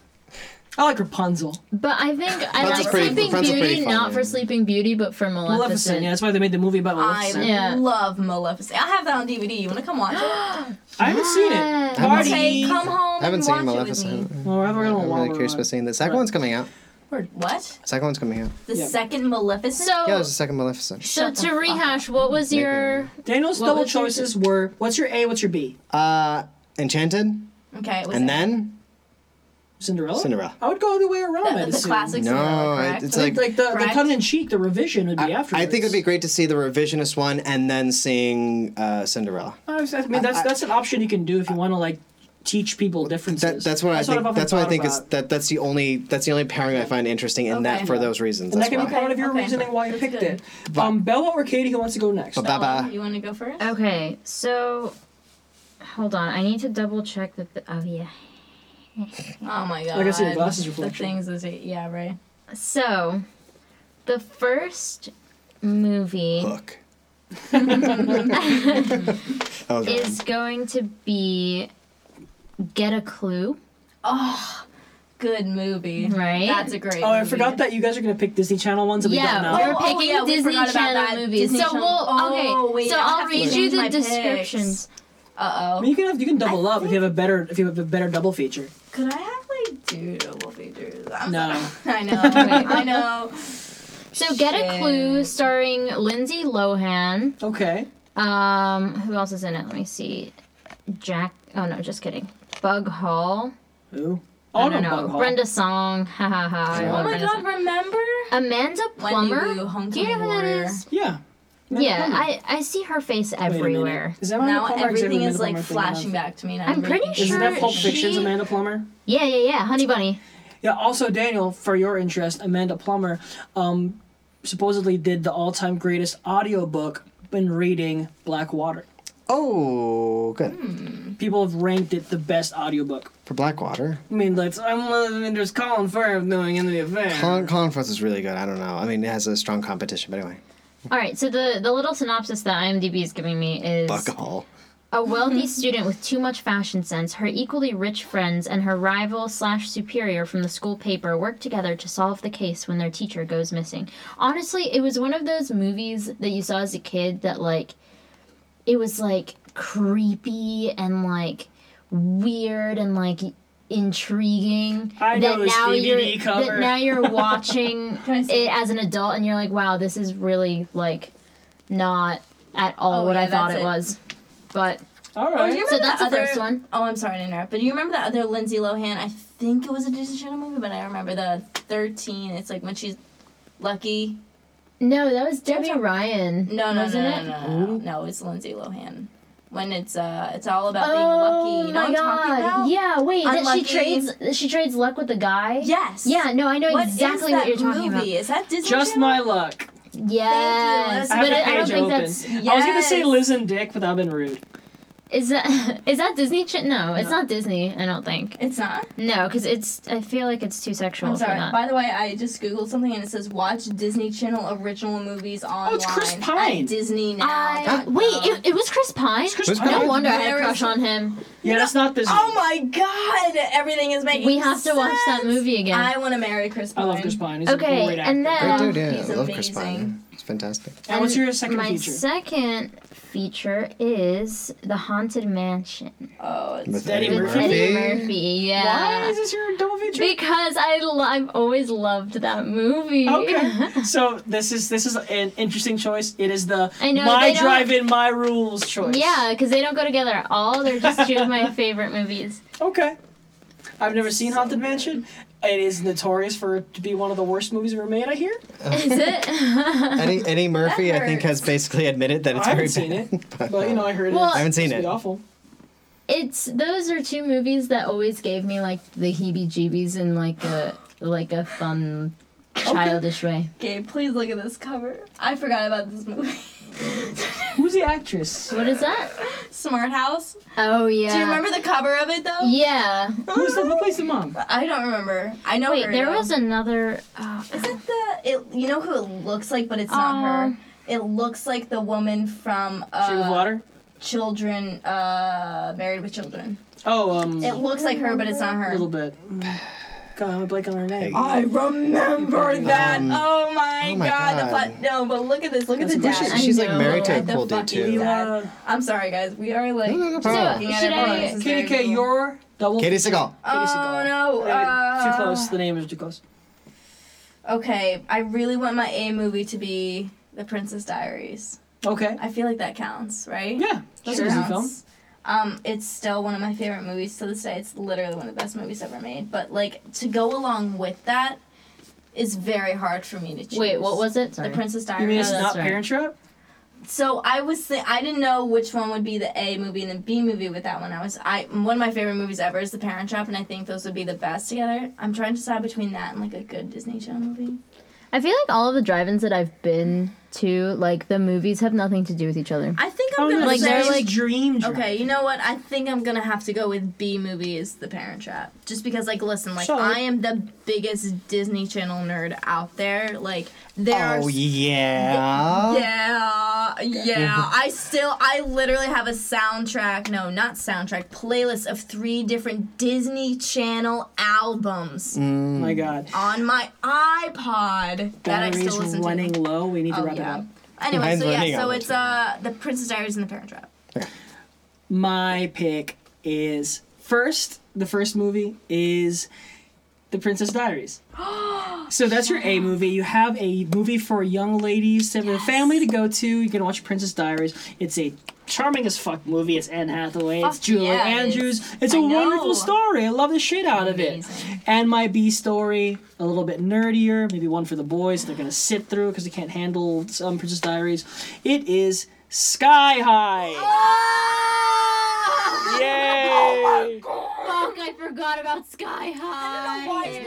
I like Rapunzel.
But I think I
Friends
like
is pretty-
Sleeping
Friends is
Beauty,
pretty fun,
not for
yeah.
Sleeping Beauty, but for
Maleficent.
Maleficent.
Yeah, that's why they made the movie about
I
Maleficent.
Yeah.
love Maleficent. I have that on DVD. You wanna come watch it?
I haven't seen it.
Yes.
Party.
Okay, come home.
I haven't
and
seen
watch It
Maleficent.
with me.
Well, we're having a
I'm
long
really curious
run.
about seeing the second one's coming out.
Word, What?
Second one's coming out.
The
Yeah.
second Maleficent.
So,
Yeah, there's a second Maleficent.
so to rehash, what was your?
Daniel's
What
double
was your-
choices were what's your A, what's your B?
Uh,
Oh.
Enchanted,
okay, it was
and then
Cinderella?
Cinderella.
I would go the way around, I'd
the, the
assume.
classic
no,
Cinderella,
I-
correct?
it's
I think,
like,
like, the, the
Correct.
cut and cheek, the revision would be
I,
afterwards.
I think it'd be great to see the revisionist one and then seeing uh, Cinderella.
I was- I mean, that's that's an option you can do if you want to like teach people differences.
That, that's what I
I've
think.
often
That's what I
thought
think is
about.
that that's the only that's the only pairing I find interesting in that
Okay.
for those reasons.
And
That's
that can be
why.
part of your
Okay.
reasoning why you
That's
picked
good.
it. Um, Bella or Katie, who wants to go next?
Bye bye.
You want to go first?
Okay, so hold on, I need to double check that. The, oh yeah.
Oh my god.
I can see your glasses
The
reflection.
things is yeah, right.
So, the first movie
Hook. that was wrong.
is going to be Get a Clue,
Good movie.
right?
That's a great
Oh, I forgot that you guys are gonna pick Disney Channel ones that we don't
Yeah,
know.
we're
Oh, oh,
picking
yeah, we
Disney
forgot about that.
Channel movies.
Disney
so
Channel-
we'll okay.
Oh, wait,
so
I
I'll
have to
read
change
you
my
the
picks.
descriptions.
Uh
I
oh.
mean, you can have you can double
I
up if you have a better if you have a better double feature.
Could I have like two double features? I'm
No.
sorry. I know. I know.
So get a clue starring Lindsay Lohan.
Okay.
Um, who else is in it? Let me see. Jack. Oh no, just kidding. Bug Hall.
Who?
I
Oh, Bug
don't know.
Hall.
Brenda Song. Ha ha ha. I
Oh
love
my
Brenda
god,
Song.
remember? Wendy
Amanda Plummer.
Wu, Homecoming
Do you know who that
Warrior.
is?
Yeah.
Yeah, I, I see her face
Wait a minute.
everywhere.
Is that Amanda
Now
Plummer or is
everything
it
is
Amanda Plummer
like
thing
flashing
enough?
back to me. And
I'm pretty
thinking-
Isn't
sure-
that Pulp Fiction's
she-
Amanda Plummer?
Yeah, yeah, yeah. Honey Bunny.
Yeah. Also, Daniel, for your interest, Amanda Plummer, um, supposedly did the all-time greatest audiobook when reading Blackwater.
Oh, good.
Hmm. People have ranked it the best audiobook.
For Blackwater.
I mean, that's I'm living just Colin Firth doing in the affair.
Colin, Colin Firth is really good. I don't know. I mean, it has a strong competition, but anyway.
All right. So the the little synopsis that IMDb is giving me is
Buckle.
A wealthy student with too much fashion sense, her equally rich friends, and her rival slash superior from the school paper work together to solve the case when their teacher goes missing. Honestly, it was one of those movies that you saw as a kid that, like, it was, like, creepy and, like, weird and, like, intriguing
I know
that
this
now
DVD
you're
cover.
that now you're watching
I see?
it as an adult and you're like wow this is really like not at all
Oh,
what
yeah,
I thought
that's it.
it was but
All
Oh, do
right.
you remember
So that's
that
the
other-
first one.
Oh, I'm sorry to interrupt, but do you remember that other Lindsay Lohan? I think it was a Disney Channel movie, but I remember the 13. It's like when she's lucky.
No, that was Debbie Ryan.
No, no, no,
wasn't
no,
it?
no, no, no, no. It's Lindsay Lohan. When it's uh, it's all about
Oh
being lucky. You know
my
what I'm talking
god!
about?
Yeah, wait. That she
Unlucky.
trades. that She trades luck with the guy.
Yes.
Yeah. No, I know
What is
exactly what
that
you're talking
movie? Is that Disney
Just
Channel?
my luck.
about. Yes,
I
I have
but
the
I, I
page
don't think
open.
that's.
I was gonna say
Yes.
Liz and Dick, but that would have been rude.
Is that is that Disney? Ch- no, it's not Disney. I don't think.
It's not.
No, because it's. I feel like it's too sexual.
I'm
for
sorry.
that.
By the way, I just googled something and it says watch Disney Channel original movies online.
Oh, it's Chris Pine.
At Disney now.
I, wait, it, it was Chris Pine.
Chris
no
Pine.
wonder I had a
There
crush
is-
on him.
Yeah, that's not Disney.
Oh my god! Everything is making
We have to watch that
sense.
movie again.
I want to marry Chris
I
Pine.
love Chris Pine. He's a
okay,
great actor.
and
Great
then
dude, yeah.
he's
I love Chris Pine.
amazing.
It's fantastic.
And what's
And
your second
my
feature?
second feature is the Haunted Mansion.
Oh, it's
With
Eddie
Eddie
Murphy.
With Eddie Murphy, yeah.
Why is this your double feature?
Because I lo- I've always loved that movie.
Okay, so this is this is an interesting choice. It is the
I know,
my
they don't-
drive-in, my rules choice.
yeah, because they don't go together at all. They're just two of my favorite movies.
Okay. I've never seen Haunted Mansion. It is notorious for it to be one of the worst movies ever made. I hear.
Is it?
Eddie, Eddie Murphy, I think, has basically admitted that it's
I
very
haven't seen
bad.
it, but you know I heard
Well-
it's
I
haven't seen
supposed to be
it.
Awful.
it's those are two movies that always gave me like the heebie-jeebies in like a like a fun childish way.
Gabe, please look at this cover. I forgot about this movie.
Who's the actress?
What is that?
Smart House.
Oh yeah.
Do you remember the cover of it though?
Yeah.
Who's the who plays the mom?
I don't remember. I know.
Wait,
her,
there
though.
was another. Oh,
Is it the? It, you know who it looks like, but it's not her. It looks like the woman from
She with
uh,
water.
Children, uh, Married with Children.
Oh, um,
It
a
looks like her, but it's not her.
little bit. God, I'm a blank on her name.
I remember that. oh my,
oh my
god. The
God.
plot. No, but look at this. Look at the
That's
dad.
She's, she's like
know.
married to a
Look at
cool
the
dude,
fucking
too.
You,
dad.
uh,
I'm sorry, guys. We are like.
No, no, no
So,
problem.
looking at
should
it wrong.
I-
This is very
Katie K,
cool.
your double.
Katie Seagal.
Katie
Oh
Seagal.
no.
Uh,
Uh,
too close. The name is too close.
Okay, I really want my A movie to be The Princess Diaries.
Okay.
I feel like that counts, right?
Yeah, that's
Sure
an easy film.
counts. Um, it's still one of my favorite movies to this day. It's literally one of the best movies ever made. But like to go along with that is very hard for me to choose.
wait, what was it?
The
Sorry.
Princess Diaries.
You mean it's
that's
not
right.
Parent Trap?
So I was th- I didn't know which one would be the A movie and the B movie with that one. I was I one of my favorite movies ever is The Parent Trap, and I think those would be the best together. I'm trying to decide between that and like a good Disney Channel movie.
I feel like all of the drive-ins that I've been to, like the movies have nothing to do with each other.
I think I'm
Oh,
gonna
Like,
say
they're, like-
dream. Drop.
Okay, you know what? I think I'm gonna have to go with B movie is The Parent Trap, just because like listen, like
Solid.
I am the biggest Disney Channel nerd out there. Like there
Oh,
are.
yeah.
Ah. Yeah, yeah. I still, I literally have a soundtrack. No, not soundtrack. Playlist of three different Disney Channel albums
My God.
on my iPod Oh that I
Battery's
still listen
running
to.
low. We need to
Oh
wrap it
yeah.
up.
Anyway,
Mine's
so
running
yeah, so
out.
it's uh the Princess Diaries and the Parent Trap.
My pick is first. The first movie is The Princess Diaries. so that's your A movie. You have a movie for young ladies to have a family to go to. You can watch Princess Diaries. It's a charming as fuck movie. It's Anne Hathaway. it's
Fuck
Julie
yeah, it
Andrews.
is.
It's a
I
wonderful
know.
story. I love the shit out of it.
Amazing.
And my B story, a little bit nerdier, maybe one for the boys. They're gonna sit through because they can't handle some Princess Diaries. It is Sky
Oh,
High. Yay!
Fuck, I forgot about Sky High.
Sky High's a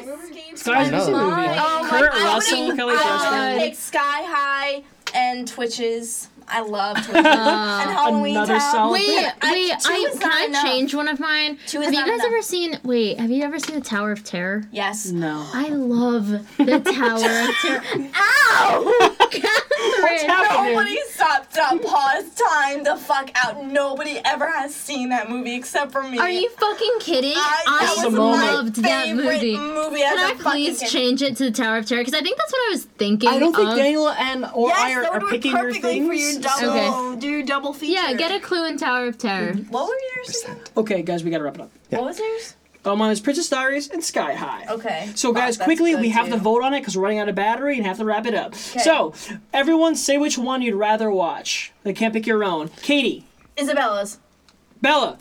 Another
movie.
one.
Oh my
Kurt
I
Russell,
would've-
Kelly
I
Clarkson.
would've picked Sky High and Twitches. I love Twitches.
Uh,
and Halloween
another
Town.
solid-
Wait, wait,
Yeah,
I-
I,
two is
can
not
I
enough.
change one of mine?
Two is
have you
not
guys
enough.
ever seen, wait, have you ever seen the Tower of Terror?
Yes.
No.
I love the Tower of Terror.
Ow!
Catherine!
Nobody stop, stop, pause, time the fuck out. Nobody ever has seen that movie except for me.
Are you fucking kidding?
I, that
I
was my
loved that
favorite
movie.
movie
Can
as a
I
fucking
please
kid.
change it to the Tower of Terror? Because I think that's what I was thinking.
I don't think
of.
Daniel and or
Uh-huh. Yes,
I are,
that
are
would work
picking your
perfectly
things.
for your double,
Okay.
do your double feature.
Yeah, get a clue in Tower of Terror.
What were yours again?
Okay, guys, we gotta wrap it up.
What was yours?
Oh, mine is Princess Diaries and Sky High.
Okay.
So, guys,
that's
quickly,
good
we have
too.
to vote on it because we're running out of battery and have to wrap it up. So, everyone, say which one you'd rather watch. They can't pick your own. Katie,
Isabella's.
Bella,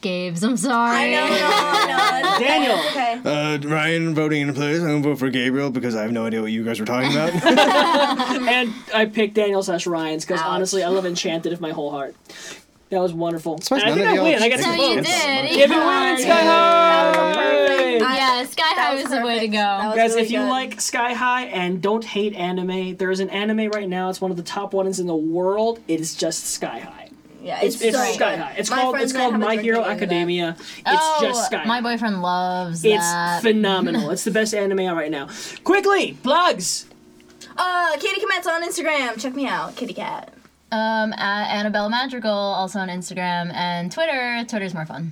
Gabe's, I'm sorry.
I know, no, no, no.
Daniel,
Okay.
Uh, Ryan voting in place. I'm gonna vote for Gabriel because I have no idea what you guys were talking about.
and I picked Daniel slash Ryan's because honestly, I love Enchanted with my whole heart. That was wonderful. And
surprised
I think
none of
I win.
y'all
I got
So
two
you
votes.
did.
If it were in Sky High.
perfect.
Yeah, Sky High was, the way to
perfect.
go.
That was
Guys,
really
if you
good.
like Sky High and don't hate anime, there is an anime right now. It's one of the top ones in the world. It is just Sky High.
yeah,
It's, it's
so
Sky
good.
High. It's
My
called it's
friends and I
called
have a
My
drink
Hero
at the end of that.
Academia. It's
oh,
just Sky
my
High.
boyfriend loves
It's
that.
phenomenal. it's the best anime out right now. Quickly, plugs.
Uh, Katie Comette's on Instagram. Check me out, Kitty Cat.
um, at Annabella Madrigal, also on Instagram and Twitter. Twitter's more fun.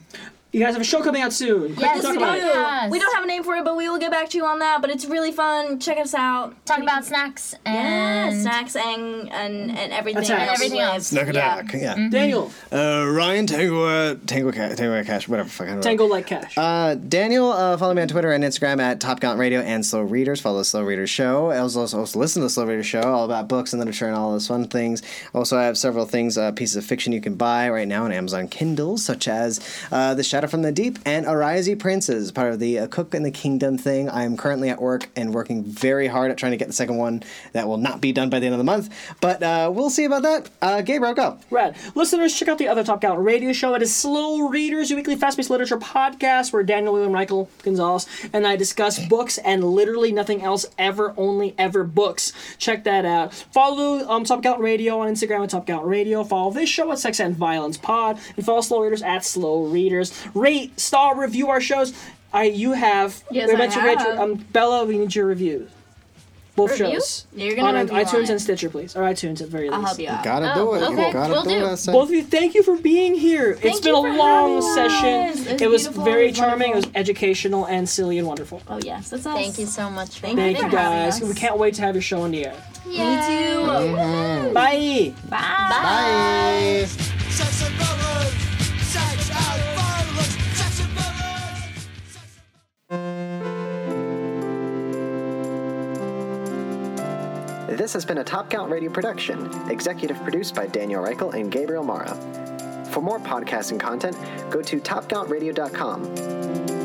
You guys have a show coming out soon. Quickly
Yes,
talk
we
about
do.
it.
Yes.
We don't have a name for it, but we will get back to you on that. But it's really fun. Check us out.
Talk about snacks
Yeah,
and
snacks and and, and everything.
That's right.
everything else.
Knockadack. Yeah.
Daniel,
Uh, Ryan Tango at Tango Cash, Tango at Cash, whatever. Fuck, I don't know.
Tango Like Cash.
Uh, Daniel, uh, follow me on Twitter and Instagram at Top Gallant Radio and Slow Readers. Follow the Slow Readers Show. I also, also, also listen to the Slow Readers Show, all about books and literature and all those fun things. Also, I have several things, uh, pieces of fiction you can buy right now on Amazon Kindle, such as uh, The Shadow from the Deep and Arise, Ye Princes, part of the uh, Cook and the Kingdom thing. I am currently at work and working very hard at trying to get the second one that will not be done by the end of the month, but uh, we'll see about that. Uh, Gabriel, go.
Rad. Listeners, check out the other Top Gallant radio show. It is Slow Readers, your weekly fast paced literature podcast where Daniel William Michael Gonzalez and I discuss books and literally nothing else ever, only ever books. Check that out. Follow um, Top Gallant Radio on Instagram at Top Gallant Radio. Follow this show at Sex and Violence Pod. And follow Slow Readers at Slow Readers. Rate, star, review our shows. I, you have.
Yes,
we
I
meant to rate your-
have.
um, Bella, we need your review. Both
Review?
shows.
You're gonna
on
review on
iTunes
it.
and Stitcher, please. Or iTunes at very least.
I'll help you out.
Gotta
Oh,
do it.
okay,
Gotta
will
do
do.
it. I say.
both of you thank you for being here it's
Thank
been
you
a
for
long
having us.
session
It was
it was
beautiful,
very
it was
charming it
wonderful.
was educational and silly and wonderful
Oh yes, that's us.
Thank you so much. for
Thank you.
thank
having
you
us.
having
guys
us.
we can't wait to have your show on the air
Me too.
bye
Bye.
Bye.
Sex and violence. Sex and violence. Sex and violence. Sex and-
This has been a Top Count Radio production, executive produced by Daniel Reichel and Gabriel Mara. For more podcasting content, go to topcountradio.com.